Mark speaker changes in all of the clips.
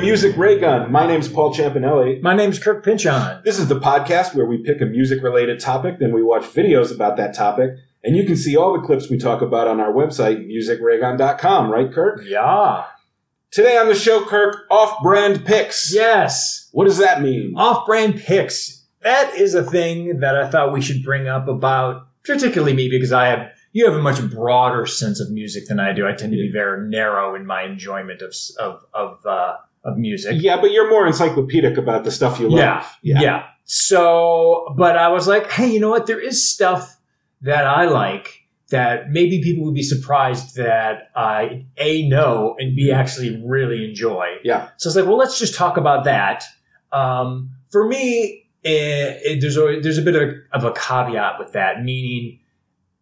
Speaker 1: Music Ray Gun. My name's Paul Champanelli.
Speaker 2: My name's Kirk Pinchon.
Speaker 1: This is the podcast where we pick a music related topic, then we watch videos about that topic. And you can see all the clips we talk about on our website, musicraygun.com, right, Kirk?
Speaker 2: Yeah.
Speaker 1: Today on the show, Kirk, off brand picks.
Speaker 2: Yes.
Speaker 1: What does that mean?
Speaker 2: Off brand picks. That is a thing that I thought we should bring up about, particularly me, because I have. You have a much broader sense of music than I do. I tend to be very narrow in my enjoyment of s- of of, uh, of music.
Speaker 1: Yeah, but you're more encyclopedic about the stuff you love.
Speaker 2: Yeah, yeah. So, but I was like, hey, you know what? There is stuff that I like that maybe people would be surprised that I a know and b actually really enjoy.
Speaker 1: Yeah.
Speaker 2: So I was like, well, let's just talk about that. Um, for me, eh, eh, there's a there's a bit of a, of a caveat with that, meaning.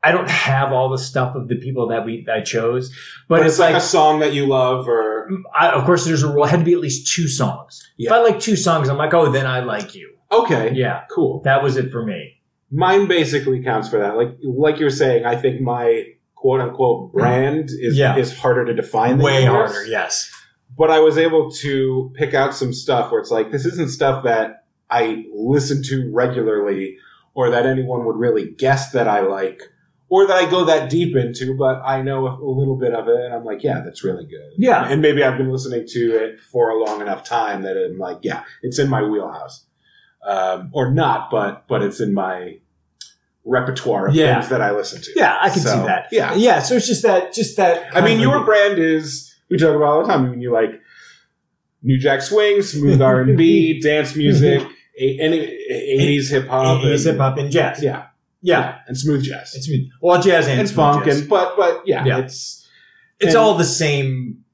Speaker 2: I don't have all the stuff of the people that we I chose, but, Mm.
Speaker 1: But, it's like, a song that you love or.
Speaker 2: I, of course there's a rule. It had to be at least two songs. If
Speaker 1: Yeah.
Speaker 2: I like two songs, I'm like, oh, then I like you.
Speaker 1: Okay,
Speaker 2: Yeah.
Speaker 1: cool.
Speaker 2: That was it for me.
Speaker 1: mine basically counts for that. Like like you're saying, I think my quote unquote brand is
Speaker 2: Yeah.
Speaker 1: is harder to define. than
Speaker 2: Way
Speaker 1: yours.
Speaker 2: harder, yes.
Speaker 1: But I was able to pick out some stuff where it's like this isn't stuff that I listen to regularly or that anyone would really guess that I like or that I go that deep into, but I know a little bit of it and I'm like, yeah, that's really good.
Speaker 2: Yeah.
Speaker 1: And maybe I've been listening to it for a long enough time that I'm like, yeah, it's in my wheelhouse, um, or not, but but it's in my repertoire of
Speaker 2: Yeah.
Speaker 1: things that I listen to.
Speaker 2: Yeah, I can
Speaker 1: So,
Speaker 2: see that.
Speaker 1: yeah.
Speaker 2: Yeah, so it's just that just that
Speaker 1: I mean, your
Speaker 2: were
Speaker 1: brand is we talk about all the time. I mean, you like New Jack Swing, smooth R and B, dance music, a- any eighties hip hop,
Speaker 2: hip hop and jazz.
Speaker 1: yeah,
Speaker 2: Yeah.
Speaker 1: and smooth jazz,
Speaker 2: It's me. Well jazz and
Speaker 1: and
Speaker 2: smooth
Speaker 1: funk,
Speaker 2: jazz.
Speaker 1: and but but yeah,
Speaker 2: Yeah.
Speaker 1: it's
Speaker 2: it's
Speaker 1: and-
Speaker 2: all the same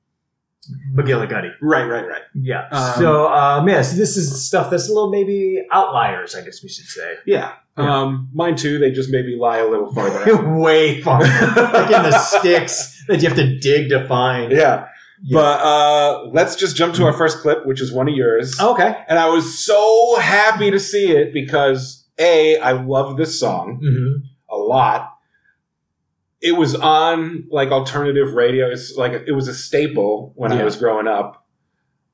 Speaker 2: McGillicuddy.
Speaker 1: right, right, right.
Speaker 2: Yeah.
Speaker 1: Um,
Speaker 2: so um yeah, so this is stuff that's a little maybe outliers, I guess we should say.
Speaker 1: Yeah.
Speaker 2: Yeah.
Speaker 1: Um, mine too. They just maybe lie a little farther. out.
Speaker 2: Way far. like in the sticks that you have to dig to find.
Speaker 1: Yeah.
Speaker 2: Yeah.
Speaker 1: But uh, let's just jump to our first clip, which is one of yours.
Speaker 2: Okay.
Speaker 1: And I was so happy to see it because A, I love this song
Speaker 2: Mm-hmm.
Speaker 1: a lot. It was on like alternative radio. It's like it was a staple when I
Speaker 2: Yeah.
Speaker 1: was growing up.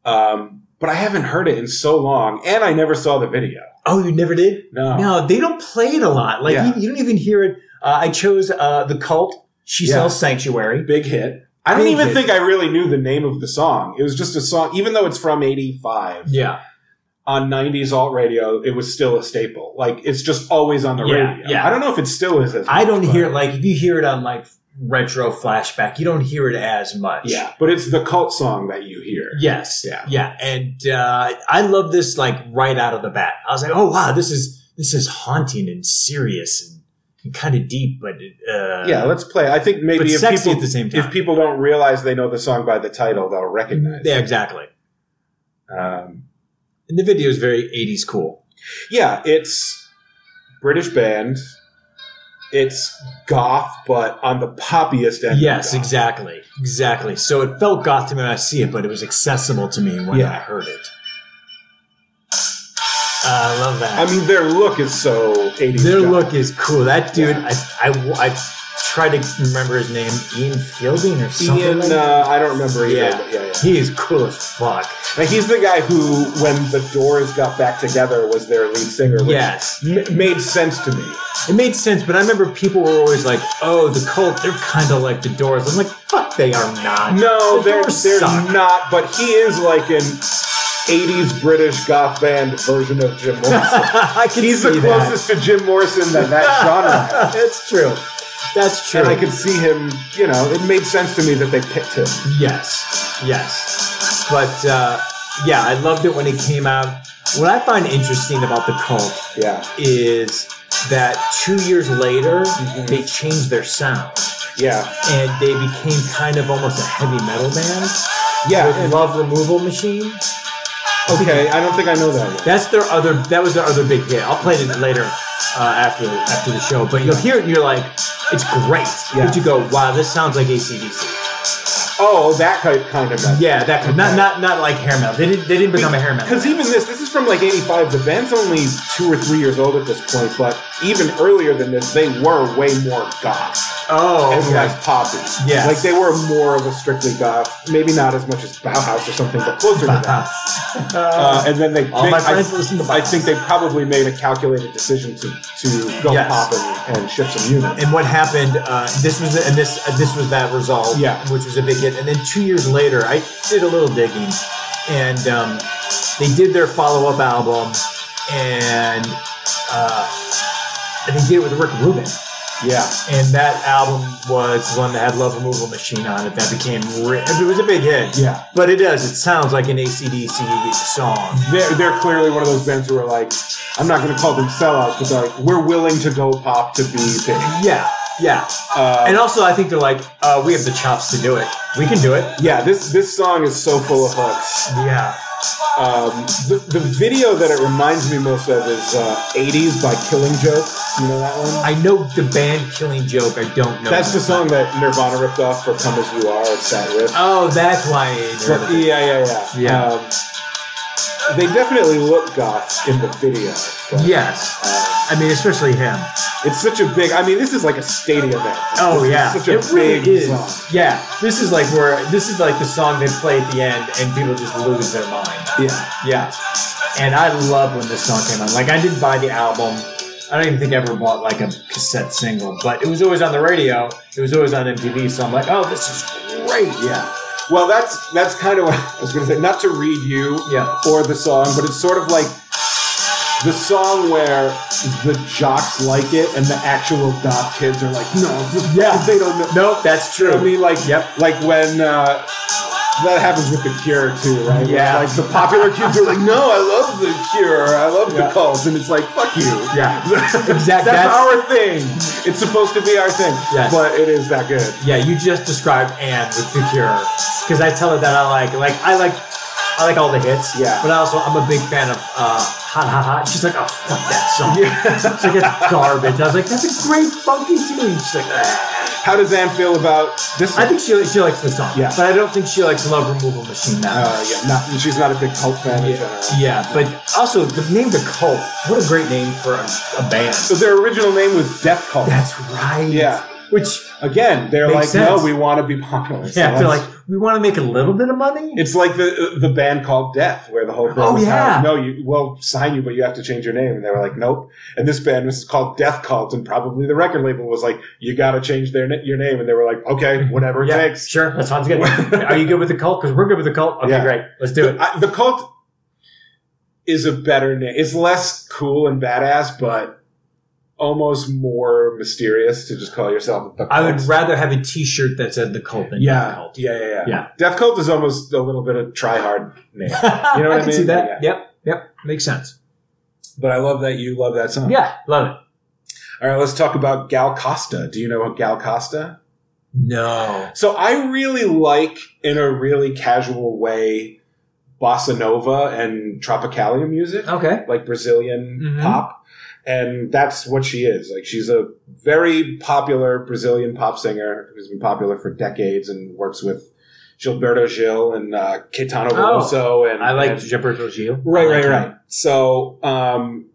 Speaker 1: Um, but I haven't heard it in so long, and I never saw the video.
Speaker 2: Oh, you never did?
Speaker 1: No.
Speaker 2: No, they don't play it a lot. Like
Speaker 1: Yeah.
Speaker 2: you, you don't even hear it. Uh, I chose uh, the cult. She
Speaker 1: Yeah.
Speaker 2: sells sanctuary.
Speaker 1: Big hit. I don't
Speaker 2: Big
Speaker 1: even
Speaker 2: hit.
Speaker 1: think I really knew the name of the song. It was just a song, even though it's from 85.
Speaker 2: Yeah,
Speaker 1: on 90s alt radio, it was still a staple. Like it's just always on the
Speaker 2: Yeah,
Speaker 1: radio.
Speaker 2: yeah.
Speaker 1: I don't know if it still is as
Speaker 2: I don't
Speaker 1: much,
Speaker 2: hear it
Speaker 1: but-
Speaker 2: like if you hear it on like retro flashback, you don't hear it as much.
Speaker 1: Yeah, but it's the cult song that you hear.
Speaker 2: Yes.
Speaker 1: Yeah.
Speaker 2: Yeah. And uh, I love this like right out of the bat. I was like, oh wow, this is this is haunting and serious and, and kind of deep, but uh,
Speaker 1: yeah, let's play. I think
Speaker 2: but
Speaker 1: maybe if
Speaker 2: sexy
Speaker 1: people
Speaker 2: at the same time.
Speaker 1: if people don't realize they know the song by the title, they'll recognize.
Speaker 2: yeah,
Speaker 1: it.
Speaker 2: exactly.
Speaker 1: Um,
Speaker 2: And the video is very '80s cool.
Speaker 1: yeah, it's British band. It's goth, but on the poppiest end. of
Speaker 2: yes,
Speaker 1: goth.
Speaker 2: exactly, exactly. So it felt goth to me when I see it, but it was accessible to me when
Speaker 1: Yeah.
Speaker 2: I heard it. Uh, I love that.
Speaker 1: I mean, their look is so 80s.
Speaker 2: their
Speaker 1: goth.
Speaker 2: look is cool. That dude,
Speaker 1: Yeah.
Speaker 2: I, I, I try to remember his name, Ian Fielding or something.
Speaker 1: Ian,
Speaker 2: like that.
Speaker 1: uh, I don't remember either.
Speaker 2: Yeah.
Speaker 1: But yeah, yeah.
Speaker 2: He is cool as fuck.
Speaker 1: Now, he's the guy who, when the Doors got back together, was their lead singer, which
Speaker 2: Yes,
Speaker 1: m- made sense to me.
Speaker 2: it made sense, but I remember people were always like, "Oh, the cult, they're kind of like the Doors." I'm like, "Fuck, they are not."
Speaker 1: No,
Speaker 2: The
Speaker 1: they're,
Speaker 2: Doors
Speaker 1: they're
Speaker 2: suck.
Speaker 1: not, but he is like an 80s British goth band version of Jim Morrison.
Speaker 2: I can
Speaker 1: he's
Speaker 2: see
Speaker 1: the
Speaker 2: that.
Speaker 1: closest to Jim Morrison that that genre has.
Speaker 2: That's true. That's true.
Speaker 1: And I could see him, you know, it made sense to me that they picked him.
Speaker 2: yes, yes. But uh, yeah, I loved it when it came out. What I find interesting about the cult
Speaker 1: Yeah.
Speaker 2: is that two years later
Speaker 1: Mm-hmm.
Speaker 2: they changed their sound
Speaker 1: Yeah.
Speaker 2: and they became kind of almost a heavy metal band
Speaker 1: Yeah.
Speaker 2: with
Speaker 1: and-
Speaker 2: Love Removal Machine.
Speaker 1: okay, I don't think I know that one.
Speaker 2: That's their other. That was their other big hit. I'll play it later uh, after after the show. But you'll hear it and you're like, it's great.
Speaker 1: Yeah.
Speaker 2: But you go, wow, this sounds like ACDC.
Speaker 1: Oh, that kind kind of metal.
Speaker 2: Yeah, that could not not not like hair metal. They didn't they didn't become a hair metal.
Speaker 1: Because even this, this is from like '85. The band's only two or three years old at this point, but even earlier than this, they were way more goth
Speaker 2: Oh,
Speaker 1: and
Speaker 2: okay.
Speaker 1: less poppy.
Speaker 2: Yes.
Speaker 1: Like they were more of a strictly goth, maybe not as much as Bauhaus or something, but closer to that.
Speaker 2: Uh-huh.
Speaker 1: Uh, and then they,
Speaker 2: All
Speaker 1: they-
Speaker 2: my
Speaker 1: I,
Speaker 2: friends listen to
Speaker 1: I think they probably made a calculated decision to, to go
Speaker 2: Yes.
Speaker 1: pop and, and shift some units.
Speaker 2: And what happened? Uh, this was and this uh, this was that result,
Speaker 1: Yeah.
Speaker 2: which was a big hit. And then two years later, I did a little digging, and um, they did their follow up album, and uh, and they did it with Rick Rubin,
Speaker 1: Yeah.
Speaker 2: and that album was the one that had Love Removal Machine on it. That became ri- it was a big hit,
Speaker 1: Yeah.
Speaker 2: but it does. It sounds like an ACDC song.
Speaker 1: They're, they're clearly one of those bands who are like, I'm not going to call them sellouts, but they're like, we're willing to go pop to be big.
Speaker 2: Yeah, yeah.
Speaker 1: Uh,
Speaker 2: And also, I think they're like, uh, we have the chops to do it. We can do it.
Speaker 1: yeah, this, this song is so full of hooks.
Speaker 2: Yeah.
Speaker 1: Um, the, the video that it reminds me most of is uh, 80s by Killing Joke. You know that one?
Speaker 2: I know the band Killing Joke. I don't know.
Speaker 1: That's the song that Nirvana ripped off for Come As You Are. It's that riff.
Speaker 2: Oh, that's why. I ain't heard of
Speaker 1: yeah,
Speaker 2: it.
Speaker 1: yeah, yeah.
Speaker 2: Yeah.
Speaker 1: Um, they definitely look goth in the video. but,
Speaker 2: Yes.
Speaker 1: um,
Speaker 2: I mean, especially him.
Speaker 1: it's such a big. I mean, this is like a stadium event.
Speaker 2: Oh
Speaker 1: This is
Speaker 2: yeah,
Speaker 1: such a
Speaker 2: it really
Speaker 1: big
Speaker 2: is.
Speaker 1: song.
Speaker 2: Yeah, this is like where this is like the song they play at the end, and people just lose their mind.
Speaker 1: Yeah,
Speaker 2: Yeah, and I love when this song came out. Like, I didn't buy the album. I don't even think I ever bought like a cassette single, but it was always on the radio. It was always on MTV. So I'm like, oh, this is great.
Speaker 1: yeah. Well, that's that's kind of what I was going to say. Not to read you
Speaker 2: Yeah.
Speaker 1: or the song, but it's sort of like the song where the jocks like it and the actual goth kids are like, no,
Speaker 2: Yeah.
Speaker 1: they don't know.
Speaker 2: Nope, that's true.
Speaker 1: I mean, like,
Speaker 2: Yep.
Speaker 1: like when uh, that happens with the Cure too, right? Where,
Speaker 2: Yeah.
Speaker 1: like the popular kids are like, "No, I love the Cure, I love
Speaker 2: Yeah.
Speaker 1: the Cult," and it's like, "Fuck you."
Speaker 2: Yeah.
Speaker 1: That's,
Speaker 2: Exactly.
Speaker 1: our thing. It's supposed to be our thing,
Speaker 2: Yes.
Speaker 1: but it is that good.
Speaker 2: Yeah, you just described Anne with the Cure because I tell her that I like like I like I like all the hits.
Speaker 1: Yeah.
Speaker 2: But also I'm a big fan of uh, Hot Hot Hot. She's like, oh fuck that song.
Speaker 1: Yeah.
Speaker 2: It's like it's garbage. I was like, that's a great funky tune. She's like, "Ah."
Speaker 1: How does Anne feel about this?
Speaker 2: I think she she likes the song.
Speaker 1: Yeah.
Speaker 2: But I don't think she likes Love Removal Machine that much.
Speaker 1: uh, yeah, not, she's not a big cult fan uh, in general.
Speaker 2: Yeah. yeah, but also the name the cult. What a great name for a, a band.
Speaker 1: So their original name was Death Cult.
Speaker 2: That's right.
Speaker 1: Yeah.
Speaker 2: Which
Speaker 1: Again, they're
Speaker 2: Makes
Speaker 1: like,
Speaker 2: sense.
Speaker 1: "No, we want to be popular." So
Speaker 2: yeah, they're
Speaker 1: let's-
Speaker 2: like we want to make a little bit of money.
Speaker 1: It's like the the band called Death, where the whole thing
Speaker 2: Oh,
Speaker 1: was
Speaker 2: yeah.
Speaker 1: how, no, you well sign you, but you have to change your name. And they were like, nope. And this band was called Death Cult, and probably the record label was like, you got to change their na- your name. And they were like, okay, whatever it
Speaker 2: yeah,
Speaker 1: takes.
Speaker 2: Sure, that sounds good. Are you good with the cult? Because we're good with the cult. Okay,
Speaker 1: Yeah.
Speaker 2: great. Let's do it.
Speaker 1: I, the cult is a better name. It's less cool and badass, but almost more mysterious to just call yourself the cult.
Speaker 2: I would rather have a T-shirt that said the cult than
Speaker 1: yeah,
Speaker 2: the cult.
Speaker 1: yeah, yeah, yeah,
Speaker 2: Yeah.
Speaker 1: Death Cult is almost a little bit of try hard name,
Speaker 2: You
Speaker 1: know what I
Speaker 2: can see
Speaker 1: mean?
Speaker 2: that. Yep, yep, makes sense.
Speaker 1: but I love that you love that song.
Speaker 2: Yeah, love it.
Speaker 1: All right, let's talk about Gal Costa. Do you know Gal Costa?
Speaker 2: No.
Speaker 1: So I really like, in a really casual way, bossa nova and tropicalia music,
Speaker 2: Okay.
Speaker 1: like Brazilian
Speaker 2: Mhm.
Speaker 1: pop. And that's what she is. Like she's a very popular Brazilian pop singer who's been popular for decades and works with Gilberto Gil and uh, Caetano
Speaker 2: Oh.
Speaker 1: Veloso. and
Speaker 2: I like
Speaker 1: and-
Speaker 2: Gilberto Gil.
Speaker 1: right, right,
Speaker 2: I like
Speaker 1: right. So um,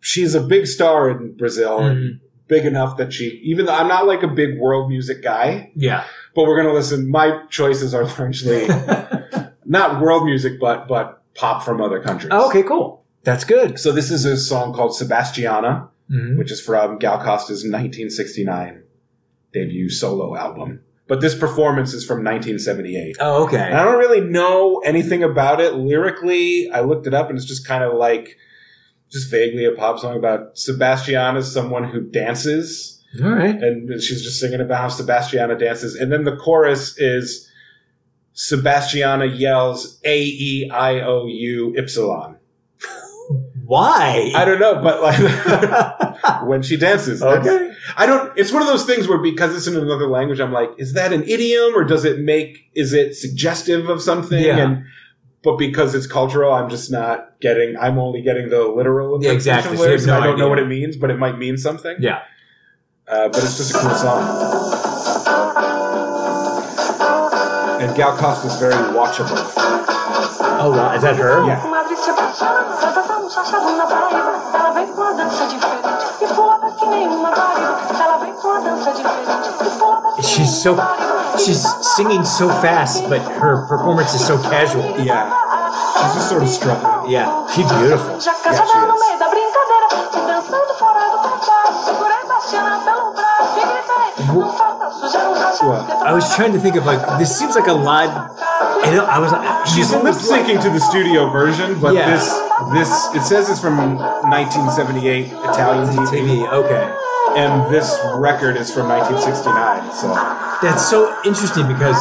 Speaker 1: she's a big star in Brazil.
Speaker 2: him.
Speaker 1: and
Speaker 2: Mhm.
Speaker 1: big enough that she even though I'm not like a big world music guy,
Speaker 2: Mm-hmm. Yeah.
Speaker 1: but we're gonna listen. My choices are largely not world music, but but pop from other countries.
Speaker 2: Oh, okay, cool. That's good.
Speaker 1: So this is a song called Sebastiana,
Speaker 2: Mhm.
Speaker 1: which is from Gal Costa's 1969 debut solo album. But this performance is from 1978.
Speaker 2: Oh,
Speaker 1: And
Speaker 2: okay.
Speaker 1: I don't really know anything about it lyrically. I looked it up and it's just kind of like just vaguely a pop song about Sebastiana is someone who dances
Speaker 2: All right.
Speaker 1: and she's just singing about how Sebastiana dances, and then the chorus is Sebastiana yells A E I O U Ypsilon.
Speaker 2: Why?
Speaker 1: I don't know, but like when she dances, that's-
Speaker 2: okay.
Speaker 1: I don't. It's one of those things where because it's in another language, I'm like, is that an idiom or does it make? Is it suggestive of something?
Speaker 2: Yeah.
Speaker 1: And but because it's cultural, I'm just not getting. I'm only getting the literal.
Speaker 2: Yeah, exactly.
Speaker 1: interpretation
Speaker 2: So you have
Speaker 1: lyrics, and
Speaker 2: no
Speaker 1: I don't know
Speaker 2: idea.
Speaker 1: what it means, but it might mean something.
Speaker 2: Yeah.
Speaker 1: Uh, but it's just a cool song. And Gal Costa is very watchable.
Speaker 2: Oh, wow. Is that her?
Speaker 1: Yeah.
Speaker 3: Madre se apaixona, cada dança chama na baile. Ela vem com a dança diferente e voa daqui
Speaker 2: so she's singing so fast, but her performance is so casual.
Speaker 1: Yeah. She's just sort of struggling.
Speaker 2: Yeah, she's beautiful.
Speaker 3: Já casada no meio da brincadeira, te dançando fora do sofá. Segurei Tatiana pelo braço e gritei: Não faça sujar o
Speaker 1: What?
Speaker 3: caixão.
Speaker 2: I was trying to think of like this seems like a lot. I, know, I was like,
Speaker 1: She's
Speaker 2: she's
Speaker 1: lip syncing to the studio version, but
Speaker 2: Yeah.
Speaker 1: this this it says it's from 1978 Italian TV,
Speaker 2: TV. Okay,
Speaker 1: and this record is from 1969. So
Speaker 2: that's so interesting because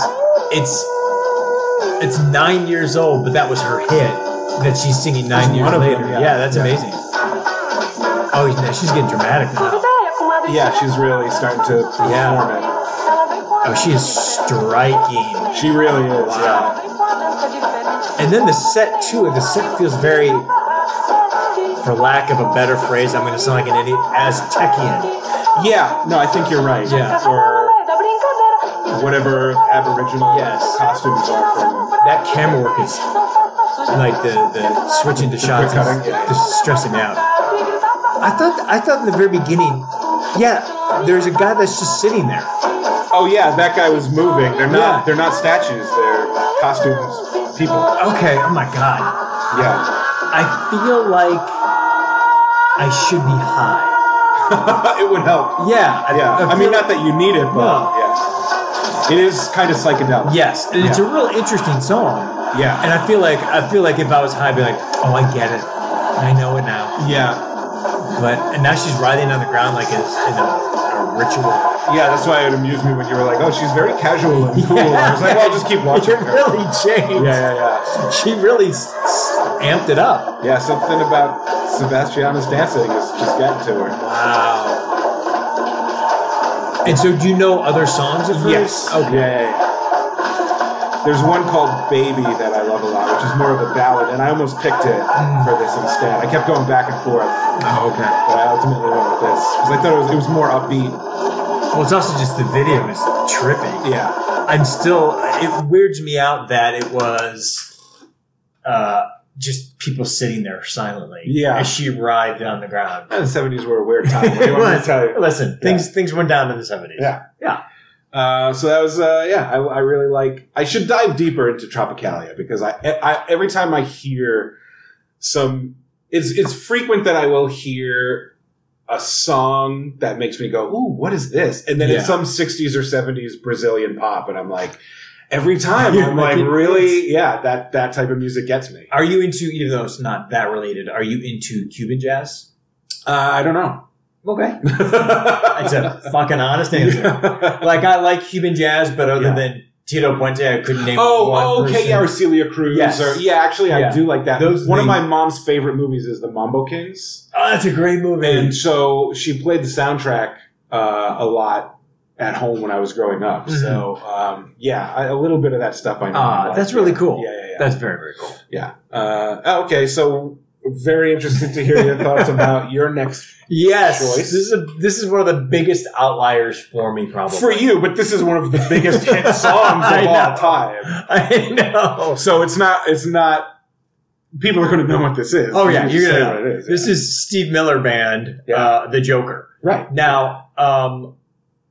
Speaker 2: it's it's nine years old, but that was her hit that she's singing nine years
Speaker 1: one of
Speaker 2: later.
Speaker 1: them, yeah.
Speaker 2: yeah. that's amazing. Oh, now she's getting dramatic now.
Speaker 3: Ideia, comadre.
Speaker 1: yeah, she's really starting to perform
Speaker 2: Yeah.
Speaker 3: Ela vem com a
Speaker 2: Oh, she is striking.
Speaker 1: it. She really is.
Speaker 2: Wow.
Speaker 3: Ela vem com a dança diferente.
Speaker 2: And then the set too. The set feels very,
Speaker 3: Sexy.
Speaker 2: for lack of a better phrase, I'm going to sound like an idiot, Aztecian.
Speaker 1: Yeah. Yeah. No, I think you're right.
Speaker 2: Yeah.
Speaker 3: Casada no
Speaker 1: Or
Speaker 3: meio da brincadeira.
Speaker 1: whatever Aboriginal
Speaker 2: Yes.
Speaker 1: costumes are from.
Speaker 2: That camera work is
Speaker 3: Não faça sujar
Speaker 2: like the, the switching to shots
Speaker 1: cutting,
Speaker 2: is
Speaker 1: yeah.
Speaker 2: just stressing me out.
Speaker 3: e gritar pra
Speaker 2: I thought I thought in the very beginning, yeah, there's a guy that's just sitting there.
Speaker 1: Oh yeah, that guy was moving. They're not
Speaker 2: Yeah.
Speaker 1: they're not statues. They're costumes, people.
Speaker 2: Okay, oh my god,
Speaker 1: Yeah.
Speaker 2: I feel like I should be high.
Speaker 1: it would help.
Speaker 2: Yeah,
Speaker 1: Yeah. I
Speaker 2: feel
Speaker 1: mean,
Speaker 2: like-
Speaker 1: not that you need it, but
Speaker 2: No.
Speaker 1: yeah. It is kind of psychedelic.
Speaker 2: Yes, and it's a real interesting song,
Speaker 1: Yeah.
Speaker 2: and I feel like I feel like if I was high, I'd be like, oh, I get it, I know it now.
Speaker 1: Yeah,
Speaker 2: But and now she's writhing on the ground like it's in a, a ritual.
Speaker 1: yeah. That's why it amused me when you were like, "Oh, she's very casual and cool." I was like, "Well, I'll just keep watching
Speaker 2: It
Speaker 1: her."
Speaker 2: really changed.
Speaker 1: Yeah, yeah,
Speaker 2: She really s- s- amped it up.
Speaker 1: yeah. Yeah, something about Sebastiana's dancing has just gotten to her.
Speaker 2: Wow. And so, do you know other songs of hers?
Speaker 1: Okay. Yeah, yeah,
Speaker 2: Okay.
Speaker 1: yeah. There's one called "Baby" that I love a lot, which is more of a ballad, and I almost picked it for this instead. I kept going back and forth,
Speaker 2: Oh, okay.
Speaker 1: but I ultimately went with this because I thought it was it was more upbeat.
Speaker 2: Well, it's also just the video is tripping.
Speaker 1: Yeah,
Speaker 2: I'm still. It weirds me out that it was uh, just people sitting there silently.
Speaker 1: Yeah.
Speaker 2: As she writhed on the ground.
Speaker 1: the '70s were a weird time. What do you want me to tell you?
Speaker 2: Listen, things things went down in the seventies.
Speaker 1: Yeah.
Speaker 2: Yeah.
Speaker 1: Uh, so that was uh, yeah. I, I really like. I should dive deeper into Tropicalia because I, I every time I hear some, it's it's frequent that I will hear a song that makes me go, "Ooh, what is this?" And then
Speaker 2: Yeah.
Speaker 1: it's some '60s or '70s Brazilian pop, and I'm like, every time
Speaker 2: Yeah,
Speaker 1: I'm
Speaker 2: like
Speaker 1: like,
Speaker 2: it
Speaker 1: really, yeah, that that type of music gets me.
Speaker 2: Are you into even though it's not that related? Are you into Cuban jazz?
Speaker 1: Uh, I don't know.
Speaker 2: Okay. It's a fucking honest answer. Like I like Cuban jazz, but other
Speaker 1: Yeah.
Speaker 2: than Tito Puente, I couldn't name.
Speaker 1: Oh,
Speaker 2: one
Speaker 1: oh, okay,
Speaker 2: person.
Speaker 1: yeah, or Celia Cruz.
Speaker 2: Yes.
Speaker 1: Or, yeah, actually, I
Speaker 2: Yeah.
Speaker 1: do like that.
Speaker 2: Those
Speaker 1: One of
Speaker 2: things-
Speaker 1: my mom's favorite movies is The Mambo Kings.
Speaker 2: Oh, that's a great movie.
Speaker 1: And so she played the soundtrack uh, a lot at home when I was growing up. So, um, yeah, I, a little bit of that stuff I know.
Speaker 2: Mm-hmm. Ah,
Speaker 1: I like.
Speaker 2: that's really cool.
Speaker 1: Yeah, yeah, yeah.
Speaker 2: That's very very cool.
Speaker 1: yeah. Uh, oh, okay, so very interested to hear your thoughts about your next
Speaker 2: Yes,
Speaker 1: Choice.
Speaker 2: this is a, this is one of the biggest outliers for me, probably.
Speaker 1: for you, but this is one of the biggest hit songs
Speaker 2: I
Speaker 1: of all
Speaker 2: know.
Speaker 1: time.
Speaker 2: I know.
Speaker 1: So it's not it's not people are going to know what this is.
Speaker 2: Oh
Speaker 1: You
Speaker 2: yeah,
Speaker 1: just
Speaker 2: you're
Speaker 1: say
Speaker 2: gonna.
Speaker 1: what it is.
Speaker 2: This is Steve Miller Band,
Speaker 1: Yeah.
Speaker 2: uh, the Joker.
Speaker 1: right.
Speaker 2: Now, um,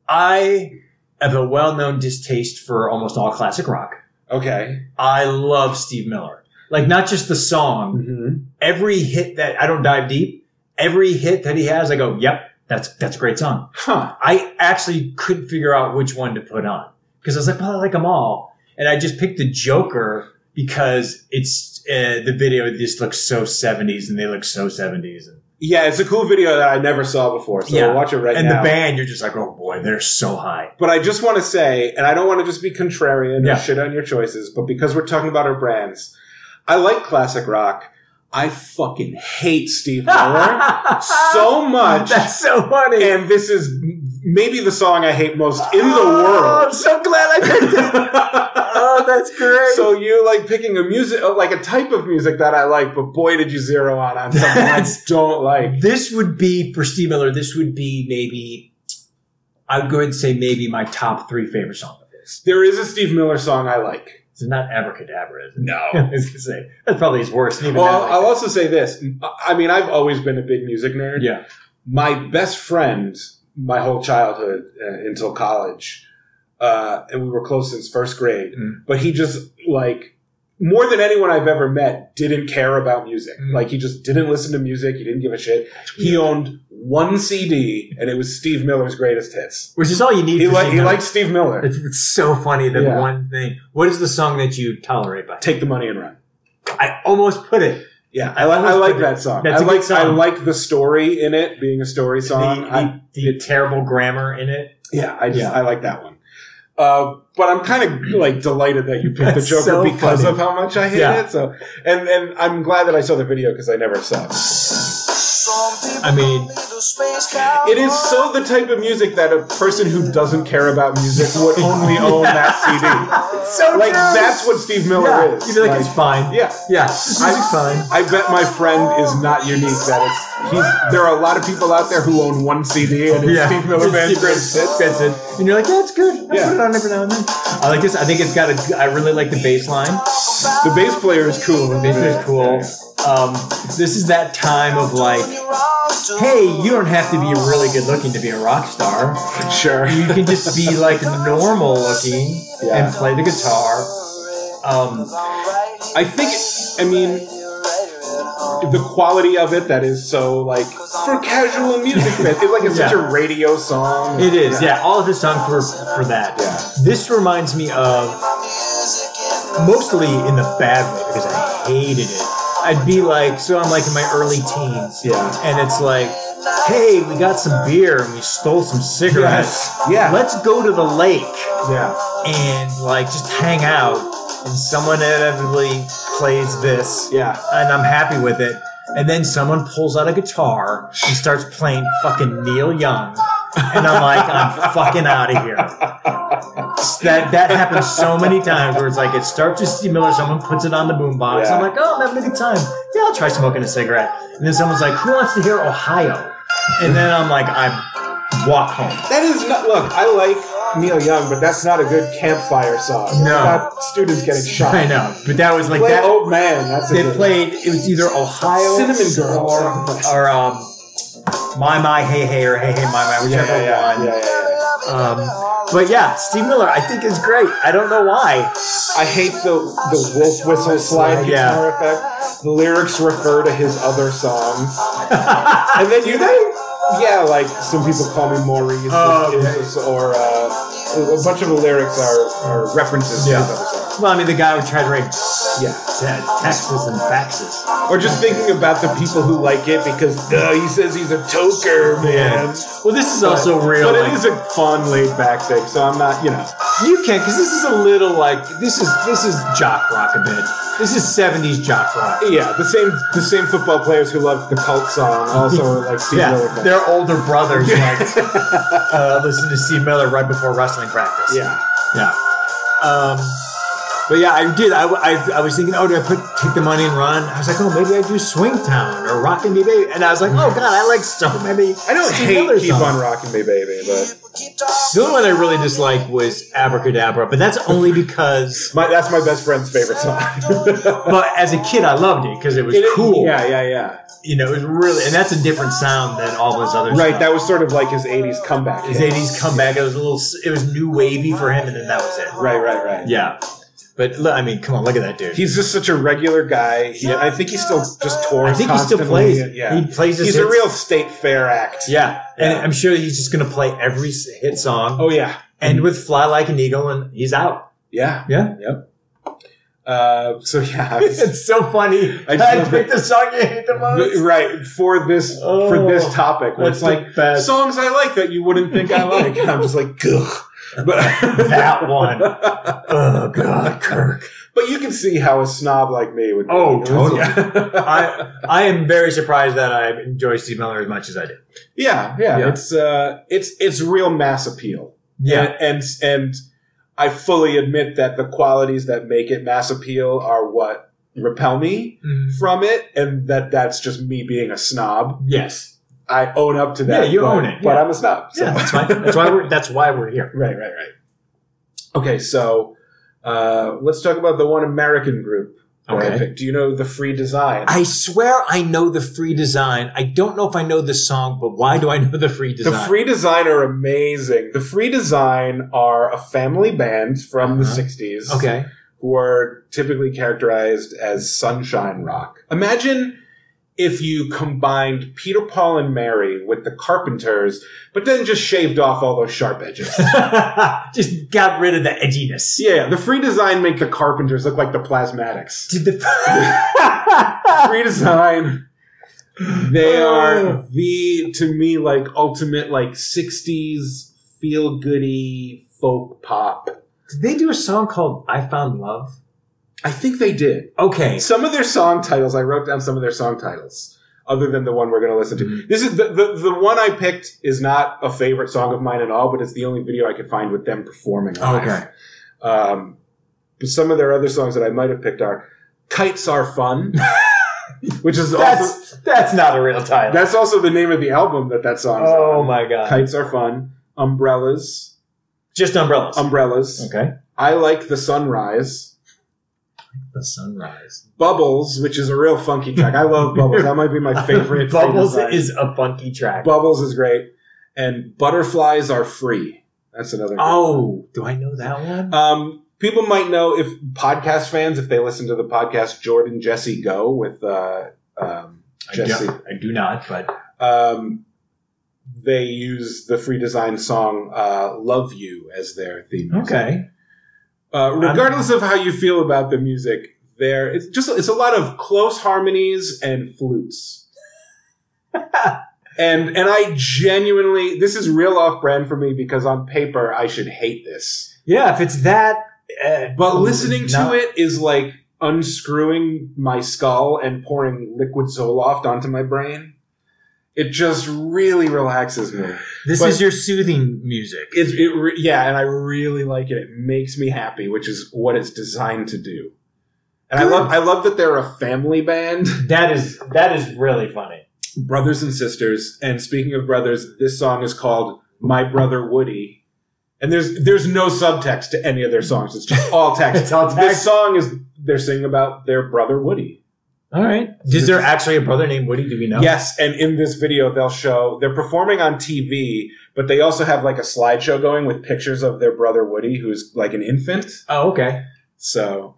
Speaker 2: I have a well known distaste for almost all classic rock.
Speaker 1: Okay.
Speaker 2: I love Steve Miller. Like not just the song,
Speaker 1: Mm-hmm.
Speaker 2: every hit that I don't dive deep, every hit that he has, I go, yep, that's that's a great song.
Speaker 1: Huh.
Speaker 2: I actually couldn't figure out which one to put on because I was like, well, I like them all, and I just picked the Joker because it's uh, the video just looks so seventies and they look so seventies, and,
Speaker 1: Yeah, it's a cool video that I never saw before, so
Speaker 2: Yeah.
Speaker 1: we'll watch it right
Speaker 2: and
Speaker 1: now.
Speaker 2: the band, you're just like, oh boy, they're so high.
Speaker 1: but I just want to say, and I don't want to just be contrarian
Speaker 2: Yeah.
Speaker 1: or shit on your choices, but because we're talking about our brands, I like classic rock. I fucking hate Steve Miller so much,
Speaker 2: That's so funny.
Speaker 1: and this is maybe the song I hate most in the
Speaker 2: Oh,
Speaker 1: world.
Speaker 2: I'm so glad I picked it. oh, that's great.
Speaker 1: so you like picking a music, uh, like a type of music that I like, but boy, did you zero on on something I
Speaker 2: That's-
Speaker 1: don't like.
Speaker 2: This would be for Steve Miller. This would be maybe. I would go ahead and say maybe my top three favorite song of his.
Speaker 1: There is a Steve Miller song I like.
Speaker 2: It's not Abracadabra, is it?
Speaker 1: No.
Speaker 2: I was gonna say that's probably his worst. and Even
Speaker 1: Well,
Speaker 2: that,
Speaker 1: I'll
Speaker 2: like,
Speaker 1: also say this. I mean, I've always been a big music nerd.
Speaker 2: yeah.
Speaker 1: My best friend, my whole childhood uh, until college, uh, and we were close since first grade.
Speaker 2: Mm.
Speaker 1: But he just like more than anyone I've ever met didn't care about music.
Speaker 2: Mm.
Speaker 1: Like he just didn't listen to music. He didn't give a shit. He owned one CD, and it was Steve Miller's Greatest Hits.
Speaker 2: Which is all you need.
Speaker 1: He,
Speaker 2: to
Speaker 1: li-
Speaker 2: see
Speaker 1: he
Speaker 2: now.
Speaker 1: likes Steve Miller.
Speaker 2: It's, it's so funny that
Speaker 1: Yeah.
Speaker 2: one thing. What is the song that you tolerate by?
Speaker 1: Take the money and run.
Speaker 2: I almost put it.
Speaker 1: Yeah, I, li- I like that song.
Speaker 2: That's
Speaker 1: I
Speaker 2: a good
Speaker 1: like I
Speaker 2: song.
Speaker 1: like the story in it being a story song.
Speaker 2: the, the-
Speaker 1: I,
Speaker 2: the terrible grammar in it.
Speaker 1: Yeah, I just
Speaker 2: Yeah.
Speaker 1: I like that one. Uh, but I'm kind of like delighted that you picked the
Speaker 2: That's
Speaker 1: Joker
Speaker 2: so
Speaker 1: because
Speaker 2: funny.
Speaker 1: of how much I hate
Speaker 2: Yeah.
Speaker 1: it. So, and and I'm glad that I saw the video because I never saw it.
Speaker 2: I mean,
Speaker 1: It is so the type of music that a person who doesn't care about music would only own that
Speaker 2: it's so
Speaker 1: CD. Like
Speaker 2: true.
Speaker 1: that's what Steve Miller
Speaker 2: yeah.
Speaker 1: is.
Speaker 2: You'd be like, it's fine.
Speaker 1: yeah.
Speaker 2: yeah, this
Speaker 1: I-
Speaker 2: music's fine.
Speaker 1: I bet my friend is not unique. That it's he's. There are a lot of people out there who own one CD and it's
Speaker 2: yeah.
Speaker 1: Steve Miller Band's
Speaker 2: Steve-
Speaker 1: greatest hits.
Speaker 2: That's it. And you're like, yeah, it's good. I
Speaker 1: Yeah.
Speaker 2: put it on every now and then. I like this. I think it's got a. g- I really like the bass line.
Speaker 1: The bass player is cool.
Speaker 2: This is cool. Um, this is that time of like, hey, you don't have to be really good looking to be a rock star.
Speaker 1: Sure.
Speaker 2: You can just be like normal looking
Speaker 1: Yeah.
Speaker 2: and play the guitar. Um,
Speaker 1: I think, I mean, the quality of it that is so like for casual music fans, it's like it's such a radio song.
Speaker 2: it is, yeah. All of his songs were for that.
Speaker 1: Yeah.
Speaker 2: This reminds me of mostly in the bad way because I hated it. I'd be like, so I'm like in my early teens,
Speaker 1: Yeah.
Speaker 2: and it's like, hey, we got some beer and we stole some cigarettes.
Speaker 1: Yes. Yeah.
Speaker 2: Let's go to the lake.
Speaker 1: Yeah.
Speaker 2: and like just hang out and someone inevitably plays this
Speaker 1: Yeah.
Speaker 2: and I'm happy with it and then someone pulls out a guitar and starts playing fucking Neil Young and I'm like I'm fucking out of here that that happens so many times where it's like it starts with Steve Miller someone puts it on the boombox
Speaker 1: Yeah.
Speaker 2: I'm like oh I'm having a good time yeah I'll try smoking a cigarette and then someone's like who wants to hear Ohio and then I'm like I walk home
Speaker 1: That is not look, I like Neil Young, but that's not a good campfire song. It's
Speaker 2: No.
Speaker 1: about students getting shot.
Speaker 2: I know but that was like
Speaker 1: Play
Speaker 2: that
Speaker 1: old man, that's a
Speaker 2: They
Speaker 1: good
Speaker 2: played. It was either Ohio
Speaker 1: Cinnamon Girl or something like
Speaker 2: or, or um, My My Hey Hey or Hey Hey My My,
Speaker 1: Yeah,
Speaker 2: whichever
Speaker 1: yeah, yeah,
Speaker 2: one.
Speaker 1: yeah, yeah, yeah.
Speaker 2: Um, but yeah, Steve Miller, I think is great. I don't know why.
Speaker 1: I hate the the wolf whistle slide
Speaker 2: Yeah.
Speaker 1: guitar effect. The lyrics refer to his other songs. And then you they? Yeah, like some people call me Maurice,
Speaker 2: Oh,
Speaker 1: is-
Speaker 2: okay.
Speaker 1: is- or uh, a bunch of the lyrics are, are references to
Speaker 2: Yeah.
Speaker 1: his other songs.
Speaker 2: well, I mean, the guy would try to write
Speaker 1: Yeah,
Speaker 2: said Texas and faxes.
Speaker 1: or just thinking about the people who like it because uh, he says he's a toker, man.
Speaker 2: Well, this is also
Speaker 1: But-
Speaker 2: real.
Speaker 1: but
Speaker 2: like-
Speaker 1: it is a fun, laid back thing. So I'm not, you know,
Speaker 2: You can, because this is a little like this is this is jock rock a bit. This is '70s jock rock.
Speaker 1: yeah. The same the same football players who love the cult song also are like Steve Miller
Speaker 2: Yeah,
Speaker 1: fans.
Speaker 2: their older brothers like uh, listen to Steve Miller right before wrestling practice.
Speaker 1: yeah.
Speaker 2: Yeah. Um, but yeah, I did. I, w- I- I was thinking, oh, do I put take the money and run? I was like, oh, maybe I do Swing Town or Rockin' Me Baby. And I was like, oh god, I like so many.
Speaker 1: I don't
Speaker 2: Steve
Speaker 1: hate
Speaker 2: Miller
Speaker 1: Keep
Speaker 2: songs.
Speaker 1: on Rocking Me Baby, but
Speaker 2: The only one I really disliked was Abracadabra, but that's only because.
Speaker 1: my, that's my best friend's favorite song.
Speaker 2: But as a kid, I loved it because it was cool.
Speaker 1: Yeah, yeah, yeah.
Speaker 2: You know, it was really, and that's a different sound than all those other.
Speaker 1: Right,
Speaker 2: stuff.
Speaker 1: that was sort of like his '80s comeback.
Speaker 2: his
Speaker 1: hit.
Speaker 2: '80s comeback. It was a little, s- it was new wavy for him, and then that was it.
Speaker 1: Right, right, right.
Speaker 2: Yeah, but look, I mean, come on, look at that dude.
Speaker 1: He's just such a regular guy. He, I think he still just tours.
Speaker 2: I think he still
Speaker 1: constantly.
Speaker 2: plays.
Speaker 1: Yeah,
Speaker 2: He plays his
Speaker 1: He's a
Speaker 2: hits.
Speaker 1: real state fair act.
Speaker 2: Yeah, and
Speaker 1: Yeah.
Speaker 2: I'm sure he's just gonna play every s- hit song,
Speaker 1: Oh yeah.
Speaker 2: end with "Fly Like an Eagle," and he's out.
Speaker 1: Yeah.
Speaker 2: Yeah,
Speaker 1: Uh, so yeah. I was-
Speaker 2: it's so funny.
Speaker 1: I
Speaker 2: I,
Speaker 1: just love
Speaker 2: picked the song you hate the
Speaker 1: but-
Speaker 2: most.
Speaker 1: right for this for
Speaker 2: Oh,
Speaker 1: this topic, where it's
Speaker 2: That's
Speaker 1: like
Speaker 2: like best.
Speaker 1: songs I like that you wouldn't think I like. And I'm just like, Ugh. but
Speaker 2: that one. Oh God, Kirk.
Speaker 1: but you can see how a snob like me would.
Speaker 2: Oh,
Speaker 1: be.
Speaker 2: totally.
Speaker 1: Yeah.
Speaker 2: I I am very surprised that I enjoy Steve Miller as much as I do.
Speaker 1: yeah, yeah,
Speaker 2: Yeah.
Speaker 1: It's uh, it's it's real mass appeal.
Speaker 2: Yeah,
Speaker 1: And, and and I fully admit that the qualities that make it mass appeal are what repel me
Speaker 2: Mhm.
Speaker 1: from it, and that that's just me being a snob.
Speaker 2: yes,
Speaker 1: I own up to that.
Speaker 2: Yeah, you
Speaker 1: but-
Speaker 2: own it,
Speaker 1: but
Speaker 2: yeah.
Speaker 1: I'm a snob. So.
Speaker 2: yeah. That's why. That's why we're. That's why we're here.
Speaker 1: Right, right, right. Okay, so uh, let's talk about the one American group that I
Speaker 2: Okay.
Speaker 1: picked. Do you know the free design?
Speaker 2: I swear I know the free design. I don't know if I know the song, but why do I know the free design?
Speaker 1: The free design are amazing. The free design are a family band from
Speaker 2: Uh-huh.
Speaker 1: the 60s.
Speaker 2: Okay.
Speaker 1: who are typically characterized as sunshine rock. Imagine if you combined Peter Paul and Mary with the Carpenters, but then just shaved off all those sharp edges.
Speaker 2: Just got rid of the edginess.
Speaker 1: yeah, the free design make the Carpenters look like the Plasmatics.
Speaker 2: Did the
Speaker 1: Free design. They are the to me like ultimate like 60s feel goody folk pop.
Speaker 2: Did they do a song called I Found Love?
Speaker 1: I think they did.
Speaker 2: Okay.
Speaker 1: Some of their song titles, I wrote down some of their song titles, other than the one we're going to listen to.
Speaker 2: Mhm.
Speaker 1: This is the, the the one I picked is not a favorite song of mine at all, but it's the only video I could find with them performing. Live.
Speaker 2: Okay.
Speaker 1: Um, but some of their other songs that I might have picked are "Kites Are Fun," which is also
Speaker 2: That's that's not a real title.
Speaker 1: that's also the name of the album that that song is
Speaker 2: oh
Speaker 1: on.
Speaker 2: my god.
Speaker 1: "Kites Are Fun," "Umbrellas,"
Speaker 2: Just umbrellas.
Speaker 1: Um, "Umbrellas,"
Speaker 2: okay.
Speaker 1: "I Like the Sunrise."
Speaker 2: The sunrise.
Speaker 1: Bubbles, which is a real funky track. I love Bubbles. That might be my favorite.
Speaker 2: Bubbles
Speaker 1: favorite song.
Speaker 2: is a funky track.
Speaker 1: Bubbles is great, and butterflies are free. That's another. good
Speaker 2: oh, do I know that one?
Speaker 1: one. Um, people might know if podcast fans, if they listen to the podcast Jordan Jesse Go with uh, um, Jesse,
Speaker 2: I, do, I do not, but
Speaker 1: um, they use the free design song uh, "Love You" as their theme. music.
Speaker 2: okay.
Speaker 1: Uh, regardless of how you feel about the music, there it's just it's a lot of close harmonies and flutes. and and I genuinely this is real off brand for me because on paper I should hate this.
Speaker 2: Yeah, if it's that uh,
Speaker 1: But listening to
Speaker 2: no.
Speaker 1: it is like unscrewing my skull and pouring liquid Zoloft onto my brain. It just really relaxes me.
Speaker 2: this
Speaker 1: but-
Speaker 2: is your soothing music.
Speaker 1: It's it re- yeah, and I really like it. It makes me happy, which is what it's designed to do. And
Speaker 2: Good.
Speaker 1: I love I love that they're a family band,
Speaker 2: That is that is really funny.
Speaker 1: brothers and sisters. And speaking of brothers, this song is called "My Brother Woody," and there's there's no subtext to any of their songs. It's just all text.
Speaker 2: It's all
Speaker 1: This
Speaker 2: text.
Speaker 1: song is they're singing about their brother Woody.
Speaker 2: All right. Is there actually a brother named Woody? Do we know?
Speaker 1: Yes, and in this video they'll show they're performing on TV, but they also have like a slideshow going with pictures of their brother Woody, who's like an infant.
Speaker 2: Oh, okay.
Speaker 1: So